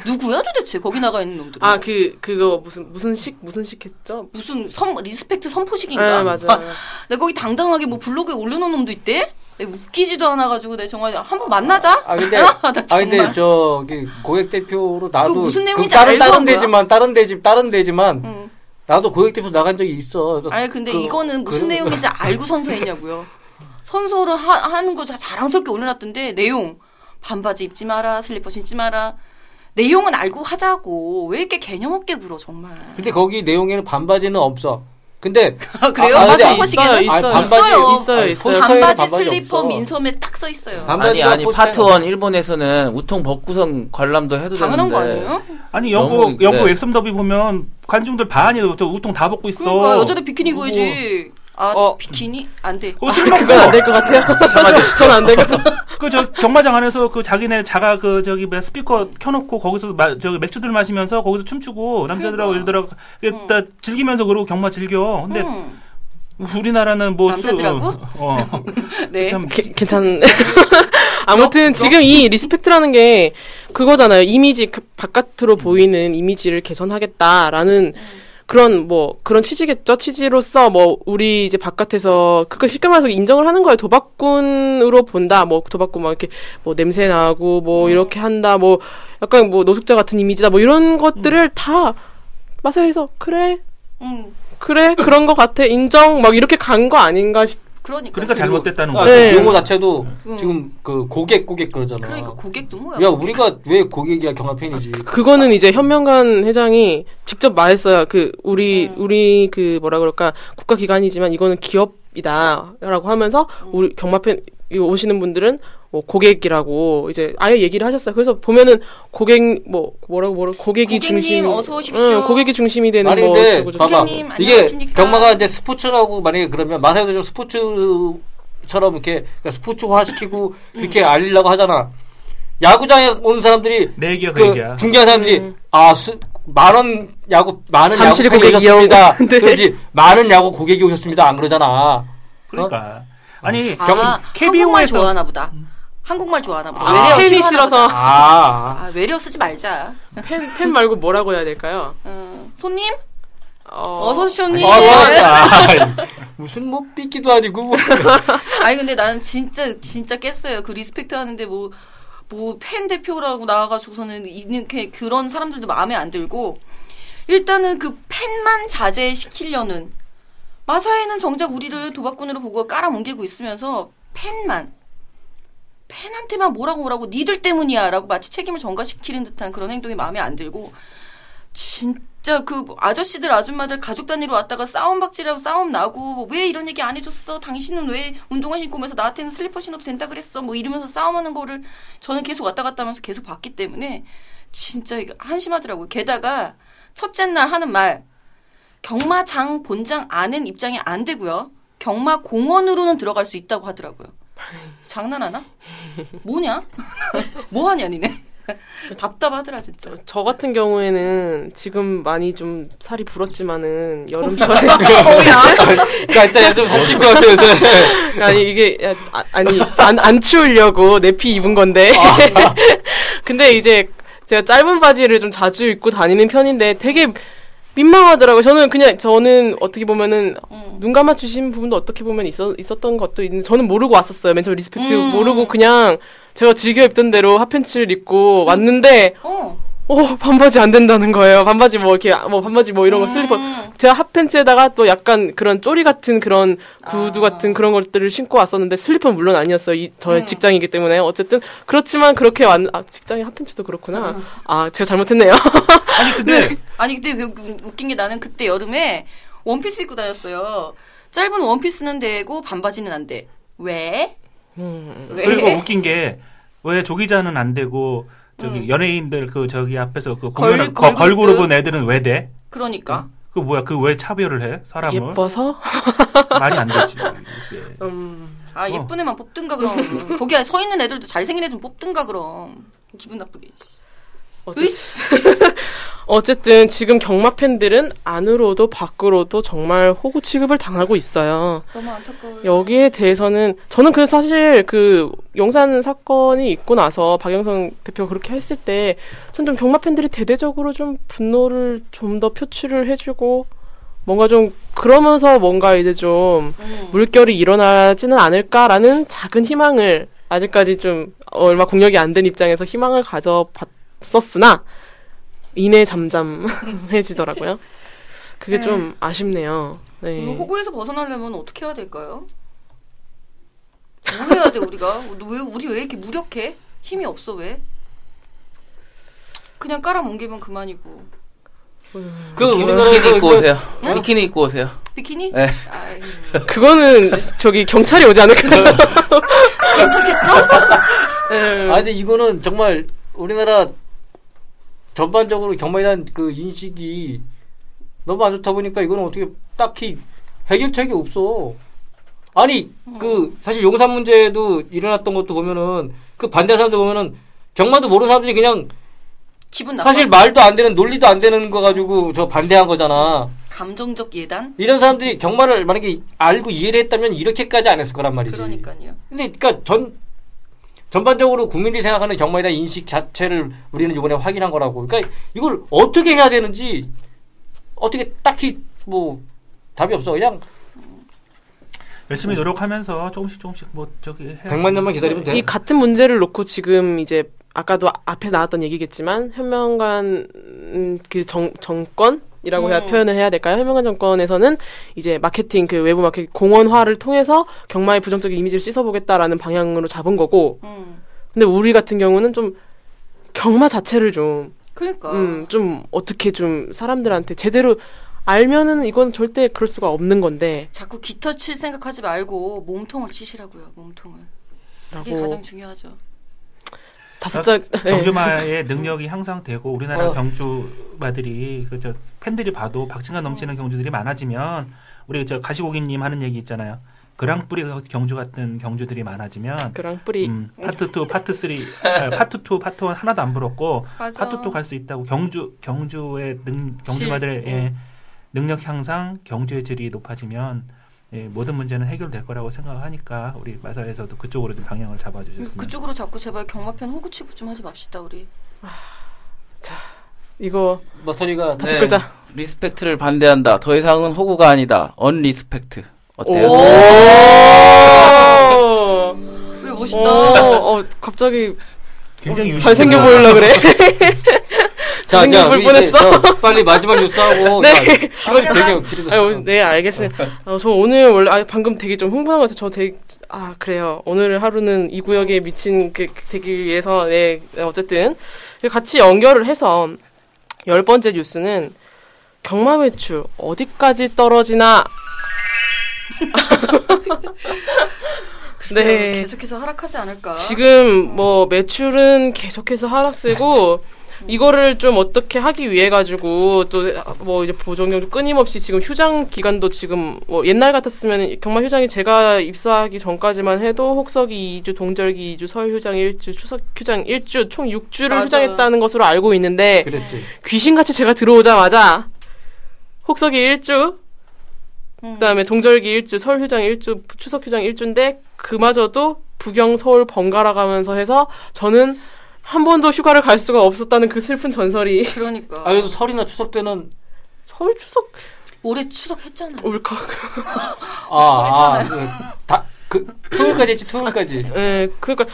D: 누구야 도대체 거기 나가 있는 놈들?
B: 아 그 그거 무슨 무슨 식 무슨 식 했죠?
D: 무슨 선 리스펙트 선포식인가?
B: 네 맞아요.
D: 내가 거기 당당하게 뭐 블로그에 올려놓은 놈도 있대? 내가 웃기지도 않아가지고 내가 정말 한번 만나자.
C: 아 근데
D: 나
C: 아
D: 정말.
C: 근데 저기 고객 대표로 나도 그
D: 무슨 내용인지
C: 다른
D: 알고
C: 다른
D: 한 거야?
C: 데지만 다른 데지 다른 데지만
D: 응.
C: 나도 고객 대표 나간 적이 있어.
D: 아니 근데
C: 그-
D: 이거는 무슨
C: 그-
D: 내용인지 알고 선서했냐고요. 선서를 하, 하는 거 자- 자랑스럽게 올려놨던데 내용 반바지 입지 마라 슬리퍼 신지 마라 내용은 알고 하자고 왜 이렇게 개념 없게 물어 정말.
C: 근데 거기 내용에는 반바지는 없어. 근데
D: 아, 그래요?
C: 아,
D: 반바지
C: 아니,
D: 슬리퍼
B: 있어요,
D: 시
B: 있어요.
C: 아니,
D: 있어요.
B: 있어요, 있어요.
C: 포스터에는
D: 반바지 슬리퍼
C: 없어.
D: 민소매 딱 써 있어요.
C: 반-
E: 아니
C: 반바지가
E: 아니
C: 포스터에
E: 파트
C: 나와.
E: 1 일본에서는 우통 벗고선 관람도 해도
D: 당연한
E: 되는데
D: 거 아니에요?
F: 아니
E: 너무,
F: 영국 영국
E: 네.
F: 엑섬 더비 보면 관중들 반이 저 우통 다 벗고 있어.
D: 그러니까 여자도 비키니 입어야지. 아
B: 어.
D: 비키니 안 돼. 아,
F: 어, 술 먹고
B: 그건
E: 그러니까
B: 안 될 것 같아요. 전안 될 것 같아요.
F: 그저 경마장 안에서 그 자기네 자가 그 저기 뭐야 스피커 켜놓고 거기서 마, 저기 맥주들 마시면서 거기서 춤추고 남자들하고
D: 그러니까.
F: 여자들하고 이렇게 다 즐기면서 그러고 경마 즐겨. 근데
D: 음.
F: 우리나라는 뭐 술-
D: 남자들하고?
F: 어, 어.
D: 네.
F: 참
B: 게- 괜찮네. 아무튼 지금 이 리스펙트라는 게 그거잖아요. 이미지 그 바깥으로 보이는 이미지를 개선하겠다라는 그런 뭐 그런 취지겠죠. 취지로서 뭐 우리 이제 바깥에서 그걸 쉽게 말해서 인정을 하는 거예요. 도박꾼으로 본다. 뭐 도박꾼 막 이렇게 뭐 냄새 나고 뭐 이렇게 한다. 뭐 약간 뭐 노숙자 같은 이미지다. 뭐 이런 것들을 다 마사에서 그래
D: 음.
B: 그래 그런 거 같아 인정 막 이렇게 간 거 아닌가 싶.
D: 그러니까.
F: 그러니까 잘못됐다는
C: 아,
F: 거야.
B: 네.
C: 용어 자체도
D: 음.
C: 지금 그 고객 고객 그러잖아.
D: 그러니까 고객도 아, 뭐야?
C: 야 우리가 왜 고객이야 경화 팬이지.
B: 그거는 이제 현명관 회장이 직접 말했어요. 그
D: 네.
B: 우리 우리 그 뭐라 그럴까 국가 기관이지만 이거는 기업이다라고 하면서
D: 음.
B: 우리 경마팬 이 오시는 분들은 뭐 고객이라고 이제 아예 얘기를 하셨어요. 그래서 보면은 고객 뭐 뭐라고 뭐라 고객이
D: 고객님,
B: 중심
D: 어서 오십시오.
B: 응, 고객이 중심이 되는
C: 아니
B: 뭐
C: 근데
B: 어쩌고 저쩌고.
C: 봐봐
D: 고객님,
C: 이게
D: 안녕하십니까?
C: 경마가 이제 스포츠라고 만약에 그러면 마사오도 좀 스포츠처럼 이렇게 그러니까 스포츠화 시키고 이렇게 알리려고 하잖아. 야구장에 온 사람들이
F: 내 얘기야 그,
C: 그
F: 얘기야.
C: 중계한 사람들이
D: 음.
C: 아, 아만 원 야구 많은 야구
B: 잠실
C: 팬이
B: 고객이요.
C: 오셨습니다.
B: 네.
C: 그러지 많은 야구 고객이 오셨습니다. 안 그러잖아.
F: 그러니까 아니
D: 아,
C: 경-
D: 한국말
F: KBO에서
D: 좋아하나 보다. 한국말 좋아하나 보다.
C: 아,
D: 외래어
B: 팬이
D: 싫어하나 보다.
B: 싫어서
C: 아,
D: 아, 외래어 쓰지 말자.
B: 팬, 팬 말고 뭐라고 해야 될까요?
D: 음, 손님?
B: 어,
D: 어, 서수씨 언니.
C: 아, 알았다. 무슨 뭐 삐끼도 아니고 뭐.
D: 아니, 근데 나는 진짜, 진짜 깼어요. 그 리스펙트 하는데 뭐, 뭐, 팬 대표라고 나와가지고서는 이렇게 그런 사람들도 마음에 안 들고, 일단은 그 팬만 자제시키려는, 마사에는 정작 우리를 도박꾼으로 보고 깔아뭉개고 있으면서, 팬만, 팬한테만 뭐라고 뭐라고, 니들 때문이야, 라고 마치 책임을 전가시키는 듯한 그런 행동이 마음에 안 들고, 진짜 그 아저씨들 아줌마들 가족 단위로 왔다가 싸움 박질하고 싸움 나고 왜 이런 얘기 안 해줬어 당신은 왜 운동화 신고 오면서 나한테는 슬리퍼 신어도 된다 그랬어 뭐 이러면서 싸움하는 거를 저는 계속 왔다 갔다 하면서 계속 봤기 때문에 진짜 이거 한심하더라고요 게다가 첫째 날 하는 말 경마장 본장 안은 입장이 안 되고요 경마 공원으로는 들어갈 수 있다고 하더라고요 장난하나? 뭐냐? 뭐하냐 니네 답답하더라 진짜
B: 저 같은 경우에는 지금 많이 좀 살이 불었지만은 여름철에 어,
C: 그러니까 진짜 요즘 살찐 것 같아요. 요새.
B: 아니 이게 야, 아, 아니 안, 안 추우려고 내 피 입은 건데 근데 이제 제가 짧은 바지를 좀 자주 입고 다니는 편인데 되게 민망하더라고요. 저는 그냥 저는 어떻게 보면은
D: 음.
B: 눈 감아 주신 부분도 어떻게 보면 있어, 있었던 것도 있는데 저는 모르고 왔었어요. 맨 처음 리스펙트
D: 음.
B: 모르고 그냥 제가 즐겨 입던 대로 핫팬츠를 입고 왔는데
D: 어.
B: 오 반바지 안 된다는 거예요. 반바지 뭐 이렇게 뭐 반바지 뭐 이런 거
D: 음.
B: 슬리퍼 제가 핫팬츠에다가 또 약간 그런 쪼리 같은 그런 구두
D: 아.
B: 같은 그런 것들을 신고 왔었는데 슬리퍼는 물론 아니었어요. 이, 저의
D: 음.
B: 직장이기 때문에 어쨌든 그렇지만 그렇게 왔 아, 직장이 핫팬츠도 그렇구나.
D: 음.
B: 아 제가 잘못했네요.
F: 아니 근데
D: 아니 근데 그 우- 웃긴 게 나는 그때 여름에 원피스 입고 다녔어요. 짧은 원피스는 되고 반바지는 안 돼. 왜? 왜?
F: 음. 그리고 뭐 웃긴 게 왜 조기자는 안 되고 저기
D: 음.
F: 연예인들 그 저기 앞에서 그
D: 걸-
F: 공연 걸,
D: 걸그룹들?
F: 걸그룹은 애들은 왜 돼?
D: 그러니까.
F: 그 뭐야 그 왜 차별을 해 사람을
B: 예뻐서
F: 말이 안 되지. 이게.
B: 음,
F: 어.
D: 아 예쁜 애만 뽑든가 그럼. 거기 서 있는 애들도 잘생긴 애 좀 뽑든가 그럼. 기분 나쁘게. 씨.
B: 어쨌든, 어쨌든 지금 경마 팬들은 안으로도 밖으로도 정말 호구 취급을 당하고 있어요.
D: 너무 안타까워요.
B: 여기에 대해서는 저는 그래서 사실 그 용산 사건이 있고 나서 박영선 대표가 그렇게 했을 때 전 좀 경마 팬들이 대대적으로 좀 분노를 좀 더 표출을 해주고 뭔가 좀 그러면서 뭔가 이제 좀
D: 음.
B: 물결이 일어나지는 않을까라는 작은 희망을 아직까지 좀 얼마 공력이 안 된 입장에서 희망을 가져봤었으나 이내 잠잠해지더라고요. 그게
D: 네. 뭐
B: 좀 아쉽네요. 네.
D: 이거 호구에서 벗어나려면 어떻게 해야 될까요? 뭐 해야 돼 우리가? 왜 우리 왜 이렇게 무력해? 힘이 없어 왜? 그냥 깔아뭉개면 그만이고
C: 그
E: 비키니
C: 우리나라에서
E: 입고
C: 그,
E: 오세요. 비키니 입고 오세요.
D: 비키니?
E: 네.
D: 아이, 예.
B: 그거는 저기 경찰이 오지 않을까요?
D: 괜찮겠어?
B: 네.
C: 아 근데 이거는 정말 우리나라 전반적으로 경마에 대한 그 인식이 너무 안 좋다 보니까 이거는 어떻게 딱히 해결책이 없어. 아니 그
D: 음.
C: 사실 용산 문제도 일어났던 것도 보면은 그 반대 사람들 보면은 경마도 모르는 사람들이 그냥
D: 기분 나빠.
C: 사실 말도 안 되는 논리도 안 되는 거 가지고 저 반대한 거잖아.
D: 감정적 예단?
C: 이런 사람들이 경마를 만약에 알고 이해를 했다면 이렇게까지 안 했을 거란 말이지.
D: 그러니까요.
C: 근데 그러니까 전 전반적으로 국민들이 생각하는 경마에 대한 인식 자체를 우리는 이번에 확인한 거라고. 그러니까 이걸 어떻게 해야 되는지 어떻게 딱히 뭐 답이 없어. 그냥
F: 열심히 노력하면서 조금씩 조금씩 뭐 저기 해.
C: 100만 년만 기다리면 돼.
B: 네. 이 같은 문제를 놓고 지금 이제 아까도 아- 앞에 나왔던 얘기겠지만 현명한 음, 그 정, 정권이라고 해야
D: 음.
B: 표현을 해야 될까요? 현명한 정권에서는 이제 마케팅 그 외부 마케팅 공원화를 통해서 경마의 부정적인 이미지를 씻어보겠다라는 방향으로 잡은 거고
D: 음.
B: 근데 우리 같은 경우는 좀 경마 자체를 좀
D: 그러니까.
B: 음, 좀 어떻게 좀 사람들한테 제대로 알면은 이건 절대 그럴 수가 없는 건데
D: 자꾸 기타 칠 생각하지 말고 몸통을 치시라고요. 몸통을. 이게
B: 라고
D: 가장 중요하죠.
B: 다섯 네, 자
F: 경주마의 네. 능력이 향상되고 우리나라
C: 네. 어.
F: 경주마들이 그저 팬들이 봐도 박진감 넘치는 경주들이 많아지면 우리 저 가시고기님 하는 얘기 있잖아요. 그랑뿌리 경주 같은 경주들이 많아지면
B: 그랑 뿌리
F: 음, 파트 2, 파트 3, 아, 파트 2, 파트 1 하나도 안 부럽고
D: 맞아.
F: 파트 2 갈 수 있다고 경주 경주의 능 경주마들의
D: 질.
F: 예, 능력 향상, 경주의 질이 높아지면 예, 모든 문제는 해결될 거라고 생각하니까 우리 마사에서도 그쪽으로 좀 방향을 잡아주셨으면.
D: 음, 그쪽으로 자꾸 제발 경마편 호구치고 좀 하지 맙시다 우리.
B: 이거
C: 머터리가 네.
B: 다섯 네. 글자
E: 네. 리스펙트를 반대한다. 더 이상은 호구가 아니다. 언리스펙트.
B: 네.
E: 어때요?
B: 오!
D: 왜
B: 어,
D: 멋있다.
B: 어, 갑자기
F: 굉장히 유식하다.
B: 잘생겨 보이려 그래.
C: 자,
B: 선생님
C: 자,
B: 볼
C: 우리 이제
B: 뻔했어.
C: 저 빨리 마지막 뉴스하고
B: 네.
C: 자, 시간이 되게
B: 아유,
C: 길어졌어.
B: 네, 알겠습니다. 어, 저 오늘 원래 아, 방금 되게 좀 흥분한 것 같아서 저 되게 아 그래요. 오늘 하루는 이 구역에 미친 그 되기 위해서 네 어쨌든 같이 연결을 해서 열 번째 뉴스는 경마 매출 어디까지 떨어지나
D: 글쎄요,
B: 네.
D: 계속해서 하락하지 않을까.
B: 지금 뭐 매출은 계속해서 하락세고 이거를 좀 어떻게 하기 위해 가지고 또 뭐 이제 보정경도 끊임없이 지금 휴장 기간도 지금 뭐 옛날 같았으면 경마 휴장이 제가 입사하기 전까지만 해도 혹서기 2주, 동절기 2주, 설 휴장 1주, 추석 휴장 1주 총 6주를
D: 맞아요.
B: 휴장했다는 것으로 알고 있는데
C: 그랬지.
B: 귀신같이 제가 들어오자마자 혹서기 1주,
D: 음.
B: 그다음에 동절기 일주설 휴장 일주 추석 휴장 일주인데 그마저도 부경 서울 번갈아 가면서 해서 저는 한 번도 휴가를 갈 수가 없었다는 그 슬픈 전설이
D: 그러니까
C: 아, 그래도 설이나 추석 때는
B: 서울 추석
D: 올해 추석 했잖아.
B: 울컥
C: 아, 아, 그, 다, 그, 토요일까지 했지, 토요일까지.
B: 예, 그러니까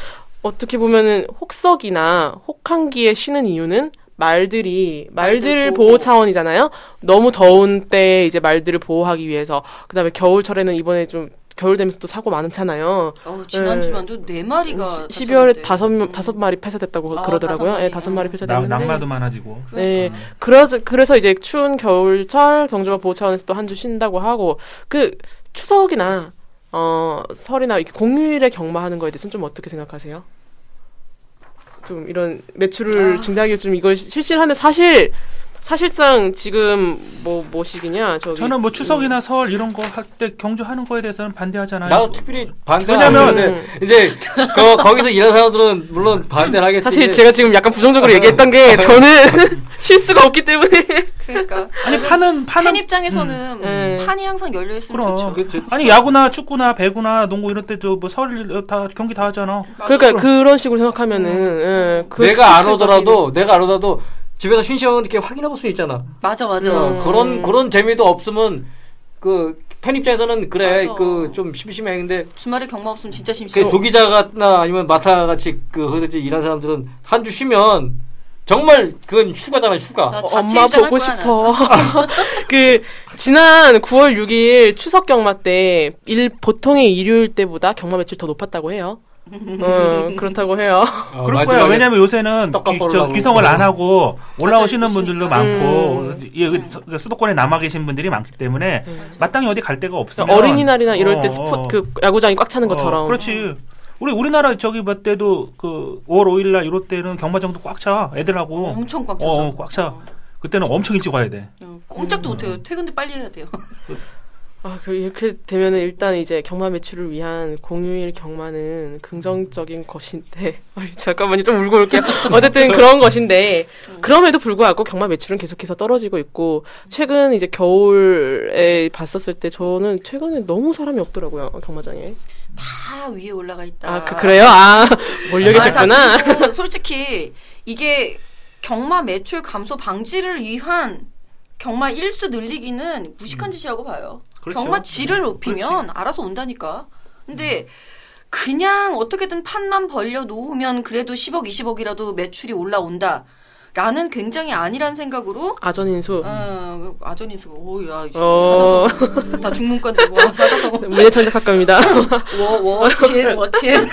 B: 어떻게 보면은 혹석이나 혹한기에 쉬는 이유는 말들이 말들을
D: 말들 보호.
B: 보호. 차원이잖아요. 너무 더운 때 이제 말들을 보호하기 위해서 그다음에 겨울철에는 이번에 좀 겨울 되면서 또 사고 많잖아요.
D: 어, 지난주만도 네 마리가
B: 12월에 음,
D: 다쳤는데.
B: 다섯 명-
D: 음.
B: 다섯 마리 폐사됐다고
D: 아,
B: 그러더라고요.
D: 다섯
B: 다섯
D: 마리.
B: 예, 다섯 마리
D: 음.
F: 낙-
B: 폐사됐는데
F: 낙마도 많아지고.
B: 네.
D: 그러니까.
B: 그러 그래서 이제 추운 겨울철 경주마 보호 차원에서 또 한 주 쉰다고 하고 그 추석이나 어 설이나 이렇게 공휴일에 경마하는 거에 대해서는 좀 어떻게 생각하세요? 좀 이런 매출을
D: 아.
B: 증대하기 위해 좀 이걸 시- 실시를 하는데 사실 사실상 지금 뭐 뭐시기냐 저기
F: 저는 뭐 추석이나 설 이런 거 할 때 경주하는 거에 대해서는 반대하잖아요.
C: 나도 특별히 반대는
F: 왜냐면-
C: 안 하는데 이제 거, 거기서 일하는 사람들은 물론 반대를 하겠지.
B: 사실 제가 지금 약간 부정적으로 얘기했던 게 저는 실수가 없기 때문에
D: 그러니까
F: 아니 파는 파는
D: 팬 입장에서는
B: 음. 음.
D: 판이 항상 열려 있으면
F: 그럼.
D: 좋죠.
C: 그, 저,
F: 아니 야구나 축구나 배구나 농구 이런 때도 뭐설다 경기 다 하잖아.
D: 맞아.
B: 그러니까 그런 식으로 생각하면은 예, 그
C: 내가 안
B: 스포츠
C: 오더라도 내가 안 오더라도 집에서 쉰 시간 이렇게 확인해 볼 수 있잖아. 어,
D: 맞아 맞아. 네.
B: 음.
C: 그런 그런 재미도 없으면 그 팬 입장에서는 그래
D: 맞아.
C: 그 좀 심심해 근데
D: 주말에 경마 없으면 진짜 심심해.
C: 그 조기자나 아니면 마타 같이 그 거기서 이제 일하는 사람들은 한 주 쉬면 정말 그건 휴가잖아 휴가.
D: 나
B: 어,
D: 자체
B: 엄마
D: 입장할
B: 보고
D: 거야, 나.
B: 싶어. 그 지난 9월 6일 추석 경마 때 일 보통의 일요일 때보다 경마 매출 더 높았다고 해요. 어, 그렇다고 해요.
C: 어,
F: 그럴 거예요.
C: 마지막에
F: 왜냐면 요새는
C: 떡값
F: 기,
C: 벌으려고
F: 저 기성을 안 하고 올라오시는
D: 다들
F: 분들도
D: 있으니까.
F: 많고
B: 음.
F: 예, 그 서- 그 수도권에 남아 계신 분들이 많기 때문에 마땅히 어디 갈 데가 없으면
B: 그러니까 어린이날이나 이럴 때
F: 어,
B: 스포 그 야구장이 꽉 차는 것처럼.
F: 어, 그렇지. 우리 우리나라 저기 뭐 때도 그 5월 5일 날 이럴 때는 경마장도 꽉 차 애들하고
D: 엄청 꽉
F: 어,
D: 차서.
F: 어, 꽉 차. 그때는 엄청 일찍 와야 돼.
D: 응, 꼼짝도 못해요. 퇴근도 빨리 해야 돼요.
B: 아, 그 이렇게 되면은 일단 이제 경마 매출을 위한 공휴일 경마는 긍정적인 것인데, 아유, 잠깐만요, 좀 울고 올게요. 어쨌든 그런 것인데, 그럼에도 불구하고 경마 매출은 계속해서 떨어지고 있고, 최근 이제 겨울에 봤었을 때 저는 최근에 너무 사람이 없더라고요, 경마장에.
D: 다 위에 올라가 있다.
B: 아, 그, 그래요? 아, 몰려
D: 아, 자,
B: 계셨구나.
D: 그리고 솔직히 이게 경마 매출 감소 방지를 위한 경마 일수 늘리기는
B: 음.
D: 무식한 짓이라고 봐요.
F: 그렇죠.
D: 경마 질을 높이면 알아서 온다니까.
B: 음.
D: 근데 그냥 어떻게든 판만 벌려 놓으면 그래도 10억, 20억이라도 매출이 올라온다. 라는 굉장히 아니란 생각으로
B: 아전 인수.
D: 어, 아전인수 오야
B: 어.
D: 사자성 다 중문관들 와
C: 네,
D: 사자성
B: 문예천적 학과입니다.
C: 뭐. 어,
D: 워워치엔 워치엔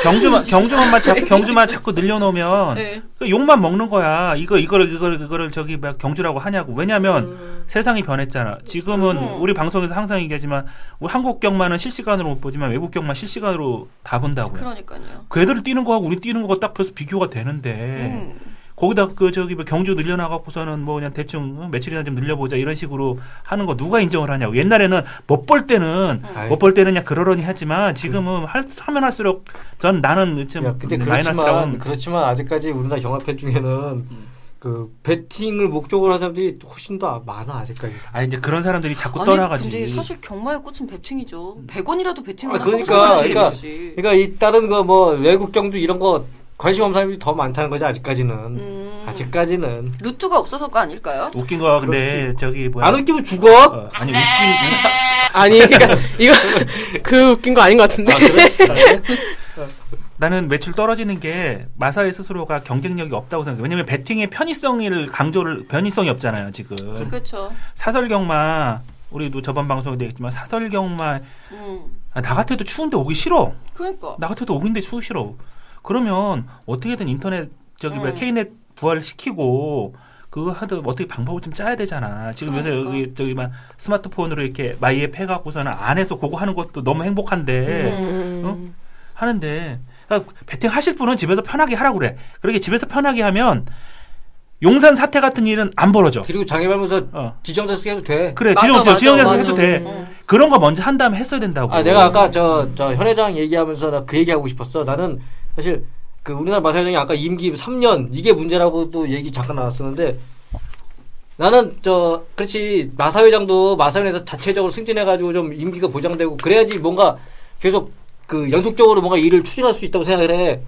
F: 경주만 경주만만 자, 경주만 자꾸 늘려놓으면
D: 네.
F: 그 욕만 먹는 거야. 이거 이거를 이거를 이거를 저기 막 경주라고 하냐고. 왜냐하면 세상이 변했잖아. 지금은
D: 음.
F: 우리 방송에서 항상 얘기하지만 우리 한국 경마는 실시간으로 못 보지만 외국 경마 실시간으로 다 본다고요.
D: 그러니까요.
F: 그 애들 뛰는 거하고 우리 뛰는 거가 딱 벌써 비교가 되는데
D: 음.
F: 거기다 그 저기 뭐 경주 늘려나가고서는 뭐 그냥 대충 어, 며칠이나 좀 늘려보자 이런 식으로 하는 거 누가 인정을 하냐고 옛날에는 못 볼 때는
D: 음.
C: 아이, 그
F: 못 볼 때는 그냥 그러려니 하지만 지금은 할, 하면 할수록 전 나는 좀
C: 야, 근데
F: 마이너스라고
C: 그렇지만 그렇지만 아직까지 우리나라 경합팬 중에는 그 베팅을 목적으로 하는 사람들이 훨씬 더 많아 아직까지.
F: 아 이제 그런 사람들이 자꾸
D: 아니
F: 떠나가지.
D: 근데 사실 경마의 꽃은 배팅이죠. 100원이라도 배팅을
C: 아, 그러니까, 그러니까.
D: 지
C: 그러니까 이 다른 거 뭐 외국 경주 이런 거 관심 없는 사람이 더 많다는 거지 아직까지는.
D: 음.
C: 아직까지는.
D: 루트가 없어서가 아닐까요?
F: 웃긴 거야. 근데
C: 그럴
F: 저기 뭐야?
C: 안 웃기면 죽어.
F: 어, 아니 웃긴
B: 아니, 그니까, 이거, 그 웃긴 거 아닌 것 같은데.
C: 아, 그래?
F: 나는 매출 떨어지는 게 마사의 스스로가 경쟁력이 없다고 생각해. 왜냐면 배팅의 편의성을 강조를 편의성이 없잖아요 지금.
D: 그렇죠.
F: 사설 경마 우리도 저번 방송에도 얘기했지만 사설 경마
D: 음.
F: 아, 나 같아도 추운데 오기 싫어.
D: 그러니까.
F: 나 같아도 오긴데 추우 싫어. 그러면 어떻게든 인터넷 저기 뭐야
D: 음.
F: K넷 부활 시키고 그거 하도 어떻게 방법을 좀 짜야 되잖아. 지금 요새
D: 그러니까.
F: 여기 저기 막 스마트폰으로 이렇게 마이앱 해갖고서는 안에서 그거 하는 것도 너무
B: 음,
F: 행복한데
D: 네.
B: 음, 음.
F: 어? 하는데 그러니까 배팅 하실 분은 집에서 편하게 하라고 그래. 그렇게 집에서 편하게 하면 용산 사태 같은 일은 안 벌어져.
C: 그리고 장애 발면서
F: 어.
C: 지정자 쓰게 해도 돼.
F: 그래
D: 맞아,
F: 네, 지정
D: 맞아,
F: 지정에서
D: 맞아.
F: 해도 돼.
D: 음.
F: 그런 거 먼저 한 다음에 했어야 된다고.
C: 아, 내가 아까 저, 저 현회장 얘기하면서 나 그 얘기하고 싶었어. 나는 사실 그 우리나라 마사회장이 아까 임기 3년 이게 문제라고도 얘기 잠깐 나왔었는데 나는 저 그렇지 마사회장도 마사회에서 자체적으로 승진해가지고 좀 임기가 보장되고 그래야지 뭔가 계속 그 연속적으로 뭔가 일을 추진할 수 있다고 생각을 해.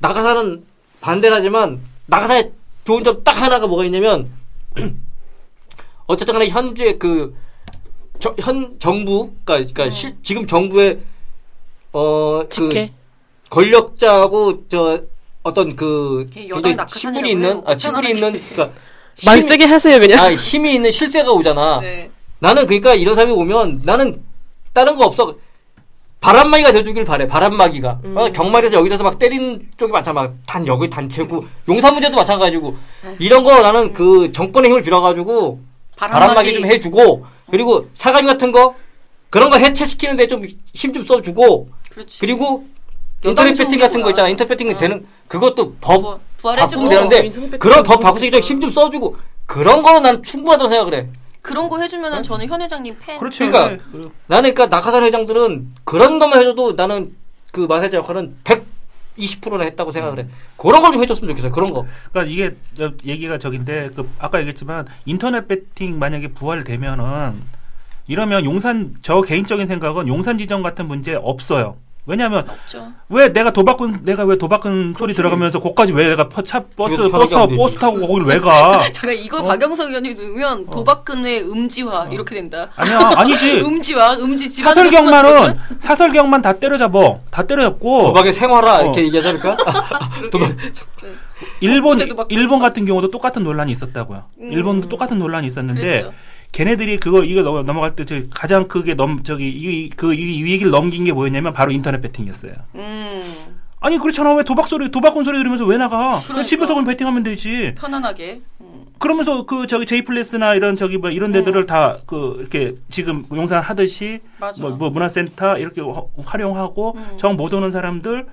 C: 나가사는 반대하지만 나가사의 좋은 점 딱 하나가 뭐가 있냐면 어쨌든 간에 현재 그 저- 현 정부 그러니까,
D: 네.
C: 그러니까 실- 지금 정부의 어그
B: 직계.
C: 권력자하고 저 어떤 그
D: 이게 여당이
C: 굉장히
D: 낙하산이라고
C: 식분이 있는
D: 해요.
C: 아 식분이 있는 그러니까
B: 말
C: 힘이-
B: 세게 하세요, 그냥.
C: 아 힘이 있는 실세가 오잖아.
D: 네.
C: 나는 그러니까 이런 사람이 오면 나는 다른 거 없어. 바람막이가 돼주길 바래. 바람막이가 어, 경마에서 여기서 막 때리는 쪽이 많잖아. 막단 여기 단체고 용산 문제도 마찬가지고 이런 거 나는 그 정권의 힘을 빌어가지고 바람막이 좀 해주고 그리고 사감 같은 거 그런 거 해체시키는데 좀 힘 좀 써주고
D: 그렇지.
C: 그리고 인터넷
D: 여당 좋은
C: 배팅
D: 게
C: 같은 거
D: 뭐야. 뭐,
C: 있잖아. 인터넷 배팅
D: 어.
C: 되는 그것도 법
D: 부-
C: 바꾸면
D: 부활해주고
B: 어, 인터넷
C: 되는데
B: 배팅
C: 그런 법
B: 되는
C: 바꾸기 전에 힘 좀 써주고 그런 거는 난 충분하다고 생각을 해.
D: 그런 거
C: 네?
D: 해주면은 저는 현 회장님 팬.
F: 그렇죠.
C: 그러니까.
F: 네.
C: 나는 그러니까 낙하산 회장들은 그런 것만 해줘도 나는 그 마사지 역할은 120%나 했다고 생각을
F: 음.
C: 해. 그런 걸 좀 해줬으면 좋겠어요. 그런 거.
F: 그러니까 이게 저- 얘기가 저긴데 그 아까 얘기했지만 인터넷 배팅 만약에 부활되면은 이러면 용산 저 개인적인 생각은 용산 지정 같은 문제 없어요. 왜냐하면
D: 없죠.
F: 왜 내가 도박꾼 내가 왜 도박꾼 소리 들어가면서 거기까지 왜 내가 퍼- 차 버스
C: 집에서 도박이 안
F: 버스 타고
C: 되지.
F: 버스 타고 거길 왜 가?
D: 잠깐 이걸 박영석 의원이
F: 어.
D: 넣으면 도박근의 음지화 이렇게 된다.
F: 아니야 아니지
D: 음지화 음지 지방
F: 어. 네. 사설 경만은 사설 경만 다 때려잡어 다 때려잡고
C: 도박에 생활화
F: 어.
C: 이렇게 얘기하지 않을까? 도박.
F: 일본
D: 어제도 막-
F: 일본 같은 경우도 똑같은 논란이 있었다고요.
D: 음.
F: 일본도 똑같은 논란이 있었는데
D: 그랬죠.
F: 걔네들이 그거 이거 넘- 넘어갈 때 저기 가장 크게 넘 저기 이그이 이 얘기를 넘긴 게 뭐였냐면 바로 인터넷 베팅이었어요.
D: 음.
F: 아니 그렇잖아 왜 도박 소리 도박꾼 소리 들으면서 왜 나가?
D: 그러니까.
F: 집에서 그럼 베팅하면 되지.
D: 편안하게. 음.
F: 그러면서 그 저기 제이플레스나 이런 저기 뭐 이런 데들을 다 그 이렇게 지금 용산 하듯이
D: 맞아.
F: 뭐, 뭐 문화센터 이렇게 화- 활용하고
D: 음.
F: 정 못 오는 사람들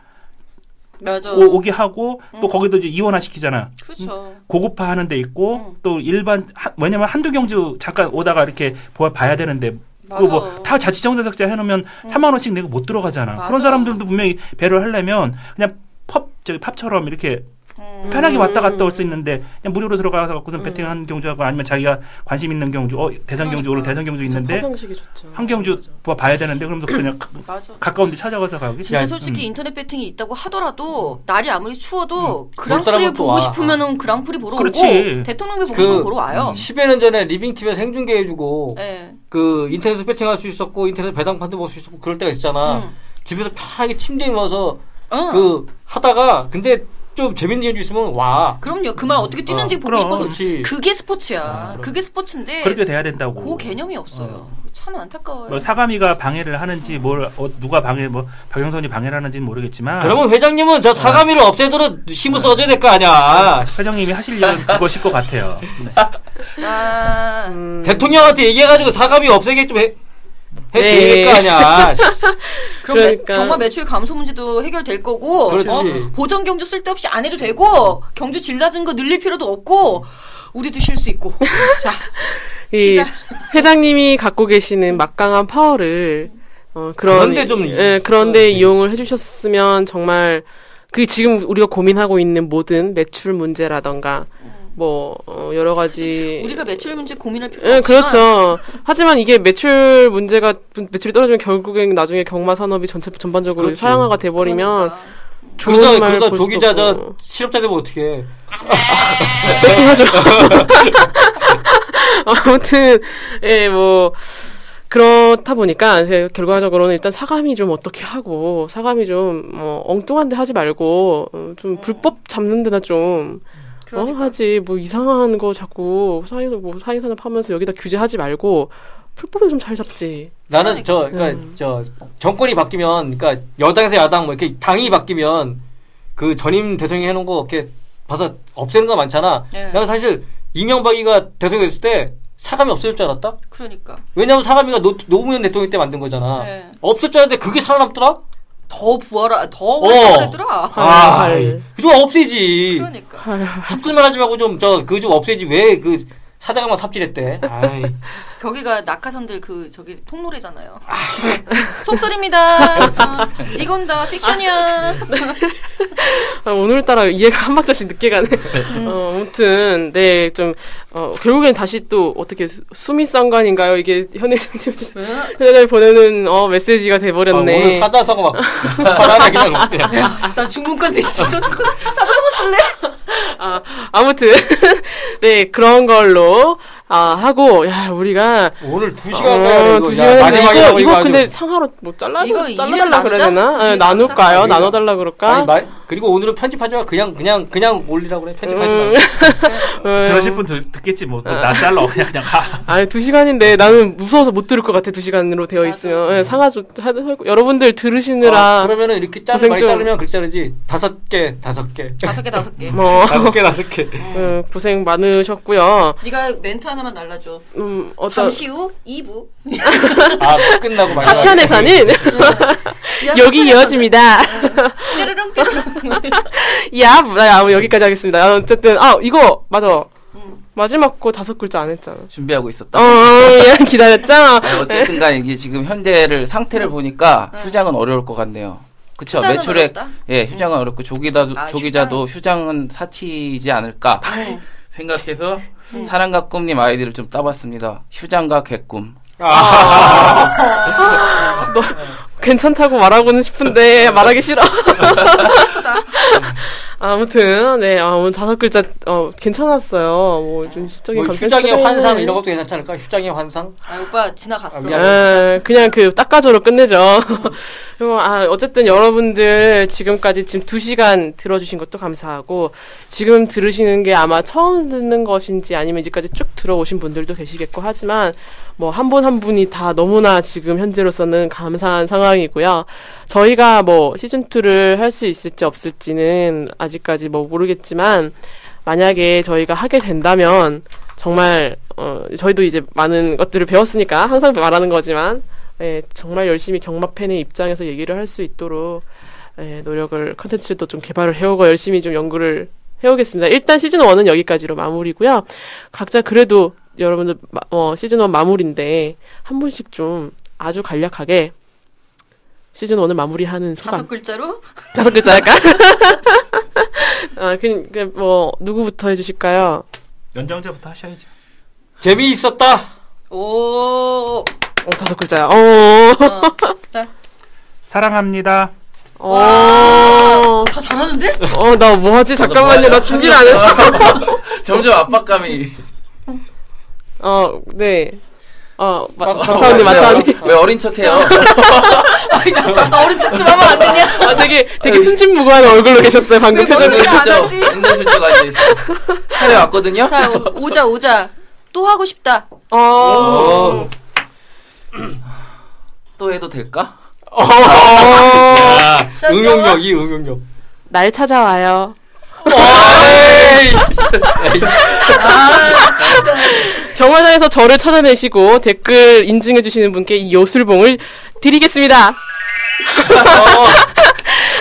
D: 맞아.
F: 오, 음. 오게 하고 또
D: 음.
F: 거기도 이제 이원화 시키잖아.
D: 그렇죠.
F: 고급화 하는 데 있고
D: 음.
F: 또 일반 하- 왜냐면 한두 경주 잠깐 오다가 이렇게 보아 봐야 되는데
D: 맞아.
F: 그 뭐 다 자치정자작자 해놓으면
D: 음.
F: 3만 원씩 내고 못 들어가잖아.
D: 맞아.
F: 그런 사람들도 분명히 배를 하려면 그냥 펍 저기 팝처럼 이렇게
D: 음.
F: 편하게 왔다 갔다
B: 음.
F: 올 수 있는데 그냥 무료로 들어가서 갖고선
B: 음.
F: 베팅하는 경주하고 아니면 자기가 관심 있는 경주 어 대전 경주 오늘
D: 그러니까.
F: 대전 경주
B: 그쵸,
F: 있는데
B: 방식이 좋죠.
F: 한 경주
B: 맞아.
F: 봐- 봐야 되는데 그러면서 그냥 가-
D: 맞아.
F: 가까운 데 찾아가서 가기
D: 진짜
C: 야,
D: 솔직히
F: 음.
D: 인터넷 배팅이 있다고 하더라도 날이 아무리 추워도
F: 음.
C: 볼 사람은
D: 그랑프리
C: 또
D: 보고
C: 와.
D: 싶으면은 그랑프리 보러
F: 어. 그렇지. 음.
D: 오고 대통령배 보고 싶으면
C: 그-
D: 보러
F: 어.
D: 와요.
C: 10여 년 전에 리빙TV에서 생중계 해주고
F: 네.
D: 예.
C: 그 인터넷에서 배팅할 수 있었고 인터넷 배당판도 볼 수 있었고 그럴 때가 있었잖아
D: 음.
C: 집에서 편하게 침대에 누워서
D: 어.
F: 음.
D: 그,
C: 그 하다가 근데 좀 재밌는 일이 있으면 와
F: 음.
D: 그럼요. 그 말 어떻게 뛰는지
C: 어,
D: 보고
F: 그럼. 아,
D: 싶어서
C: 그렇지
D: 그게 스포츠야.
F: 그럼.
D: 그게 스포츠인데
F: 그렇게 돼야 된다고.
D: 그 개념이 없어요. 참 안타까워요.
F: 뭐 사감이가 방해를 하는지 뭘 어, 누가 방해 뭐 박영선이 방해를 하는지는 모르겠지만
C: 그러면 회장님은 저 사가미를 없애도록 힘을
F: 네.
C: 써줘야 될 거
F: 음.
C: 아니야
F: 회장님이 하시려는 그것일 것 같아요.
D: 아,
C: 음. 대통령한테 얘기해가지고 사가미 없애게 좀 해, 해줘야
B: 네.
C: 될 거 아니야 씨.
D: 그럼 매-
B: 그러니까.
D: 경마 매출 감소 문제도 해결될 거고
C: 그렇지.
D: 어? 보전 경주 쓸데없이 안 해도 되고 경주 질 낮은 거 늘릴 필요도 없고 우리도 쉴 수 있고 자
B: 이
D: 시작.
B: 회장님이 갖고 계시는 막강한 파워를 어, 그런
C: 그런데 좀 네.
B: 예, 그런데 이용을 해주셨으면 정말 그 지금 우리가 고민하고 있는 모든 매출 문제라던가 뭐 어, 여러 가지
D: 우리가 매출 문제 고민할 필요
B: 예,
D: 없지만
B: 그렇죠. 하지만 이게 매출 문제가 매출이 떨어지면 결국엔 나중에 경마 산업이 전체 전반적으로
C: 그렇지.
B: 사양화가 돼버리면
D: 그러니까.
B: 좋은
C: 그러다
B: 말을
C: 그러다
B: 볼 수도
C: 조기자 저
B: 없고.
C: 실업자 되면 어떻게
B: 배팅하죠. 아무튼 예 뭐 그렇다 보니까 이제 결과적으로는 일단 사감이 좀 어떻게 하고 사감이 좀뭐 엉뚱한데 하지 말고 어, 좀 불법 잡는 데나 좀
D: 네. 그러니까.
B: 어, 하지 뭐 이상한 거 자꾸 사회 뭐 사회 산업 하면서 여기다 규제하지 말고 불법을 좀 잘 잡지.
C: 나는 저 그러니까
B: 음.
C: 저 정권이 바뀌면 그러니까 여당에서 야당 뭐 이렇게 당이 바뀌면 그 전임 대통령이 해놓은 거 이렇게 봐서 없애는 거 많잖아.
D: 예.
C: 나는 사실 이명박이가 대통령 됐을 때 사감이 없어질 줄 알았다.
D: 그러니까
C: 왜냐면 사감이가 노, 노무현 대통령 때 만든 거잖아.
D: 예.
C: 없을 줄 알았는데 그게 살아남더라.
D: 더 부어라 더
C: 어.
D: 오래되더라
C: 아,
B: 헐.
C: 그좀 없애지.
D: 그러니까
B: 아.
C: 삽질만 하지 말고 좀 저 그 좀 없애지. 왜 그 사장만 삽질했대? 아이.
D: 거기가 낙하산들 그 저기 통로래잖아요 속설입니다 어, 이건 다 픽션이야
B: 아, 오늘따라 이해가 한 박자씩 늦게 가네. 어, 아무튼, 네, 좀, 어, 결국엔 다시 또, 어떻게, 수- 수미 쌍관인가요? 이게 현회장님, 현회장님 보내는, 어, 메시지가
C: 아,
B: 돼버렸네.
C: 오늘 사자성어 막 바람에 그냥 먹게.
D: 난 중국관데 진짜 자꾸
B: 아, 아무튼, 네, 그런 걸로, 아, 하고, 야, 우리가,
C: 오늘 두
B: 어,
C: 시간 가야
B: 두
C: 이거
B: 시간이네.
C: 야, 마지막에
B: 이거, 이거 근데 상하로 뭐 잘라,
D: 이거 이래
B: 잘라달라 그래야
D: 나누자?
B: 되나? 아,
D: 이래
B: 나눌까요?
C: 나누자.
B: 나눠달라 그럴까?
C: 아니, 말, 그리고 오늘은 편집하지 마. 그냥, 그냥, 그냥 올리라고 그래. 편집하지
B: 음.
C: 마.
D: 네,
B: 음,
F: 들으실 분 들- 듣겠지 뭐 또 나 잘라 그냥 그냥 가.
B: 아니 두
C: 네.
B: 시간인데 나는 무서워서 못 들을 것 같아 두 시간으로 되어
D: 맞아.
B: 있으면 예, 상하 좀 하- 하고 여러분들 들으시느라
C: 음. 아, 그러면은 이렇게 자
B: 고생
C: 많이
B: 좀.
C: 자르면 그렇게 자르지. 다섯 개, 다섯 개.
D: 다섯 개 다섯 개
B: 뭐
C: 다섯 개, 다섯 개.
B: 예, 고생 많으셨고요.
D: 네가 멘트 하나만 날라줘
B: 음 어떤
D: 잠시 후 2부
C: 아, 끝나고 말이야.
D: 네.
B: 한편에서는 여기 이어집니다.
D: 네. 뾰르릉 뾰르릉
B: 야, 야, 뭐 여기까지 하겠습니다. 아, 어쨌든 아 이거 맞아
D: 음.
B: 마지막 거 다섯 글자 안 했잖아.
E: 준비하고 있었다.
B: 어, 예,
C: 아,
E: 네,
B: 기다렸죠.
E: 어쨌든 간에 이게 지금 현재를 상태를 보니까
D: 네.
E: 휴장은 어려울 것 같네요. 그쵸
D: 휴장은
E: 매출액
D: 어렵다?
E: 예 휴장은 어렵고 조기다도
D: 아,
E: 조기자도 휴장. 은 사치이지 않을까
D: 네.
E: 생각해서 사랑과 꿈님 아이디를 좀 따봤습니다. 휴장과 개꿈.
C: 아,
B: 아,
C: 아,
B: 괜찮다고 말하고는 싶은데 말하기 싫어.
D: 다
B: 아무튼 네, 아, 오늘 다섯 글자 어, 괜찮았어요. 뭐 좀 시적인
C: 뭐
B: 감정
C: 휴장의
B: 쓰레기는-
C: 환상 이런 것도 괜찮을까? 휴장의 환상?
D: 아 오빠 지나갔어.
C: 아, 미안해.
B: 아, 그냥 그 닦아줘로 끝내죠. 그리고 아, 어쨌든 여러분들 지금까지 지금 두시간 들어주신 것도 감사하고 지금 들으시는 게 아마 처음 듣는 것인지 아니면 이제까지 쭉 들어오신 분들도 계시겠고 하지만 뭐 한 분 한 분이 다 너무나 지금 현재로서는 감사한 상황이고요. 저희가 뭐 시즌2를 할 수 있을지 없을지는 아직까지 뭐 모르겠지만 만약에 저희가 하게 된다면 정말 어, 저희도 이제 많은 것들을 배웠으니까 항상 말하는 거지만 예, 정말 열심히 경마팬의 입장에서 얘기를 할 수 있도록 예, 노력을 컨텐츠도 좀 개발을 해오고 열심히 좀 연구를 해오겠습니다. 일단 시즌 1은 여기까지로 마무리고요. 각자 그래도 여러분들 마- 어, 시즌 1 마무리인데 한 분씩 좀 아주 간략하게 시즌 1을 마무리하는 소감
D: 다섯 글자로
B: 다섯 글자 할까? 아, 그, 그, 뭐, 누구부터 해주실까요?
F: 연장자부터 하셔야죠.
C: 재미있었다.
D: 오.
B: 어, 다섯 글자야. 어,
D: 어.
F: 사랑합니다.
B: 어,
D: 다 잘하는데?
B: 어, 나 아. 뭐 하지? 잠깐만요. 나 준비를 안 했어.
E: 했어. 점점 압박감이.
B: 어, 네. 어, 마,
C: 아,
B: 마타오님,
E: 왜-
B: 마타오님.
E: 왜 어린 척해요?
D: 아, 나 어른 척좀 하면 안 되냐?
B: 아, 되게, 되게 순진무구한 얼굴로 계셨어요, 방금
D: 왜
A: 네.
B: 표정이.
D: 머리를 안
E: 슬쩍
D: 하지?
E: 옛날 슬쩍 앉아 있어. 차례 왔거든요.
D: 자 오- 오자 오자. 또 하고 싶다.
B: 어,
E: 또 해도 될까?
A: 어. 아.
C: 야,
D: 자,
C: 응용력 이 응용력.
B: 날 찾아와요. 병원에서 저를 찾아내시고 댓글 인증해주시는 분께 이 요술봉을 드리겠습니다.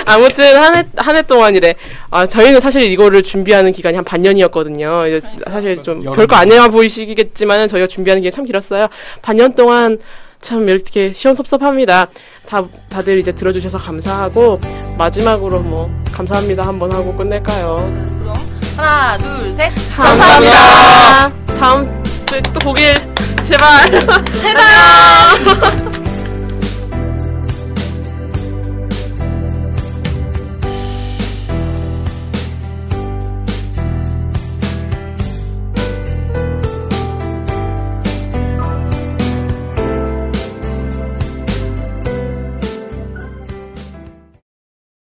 B: 아무튼 한 해 한 해 동안이래. 아 저희는 사실 이거를 준비하는 기간이 한 반년이었거든요. 이제 사실 좀
C: 여름.
B: 별거 아니야 보이시겠지만 저희가 준비하는 게 참 길었어요. 반년 동안 참 이렇게 시원섭섭합니다. 다 다들 이제 들어주셔서 감사하고 마지막으로 뭐 감사합니다 한번 하고 끝낼까요?
D: 그럼 하나 둘 셋.
B: 감사합니다. 다음 주에 또 보길 제발.
D: 제발.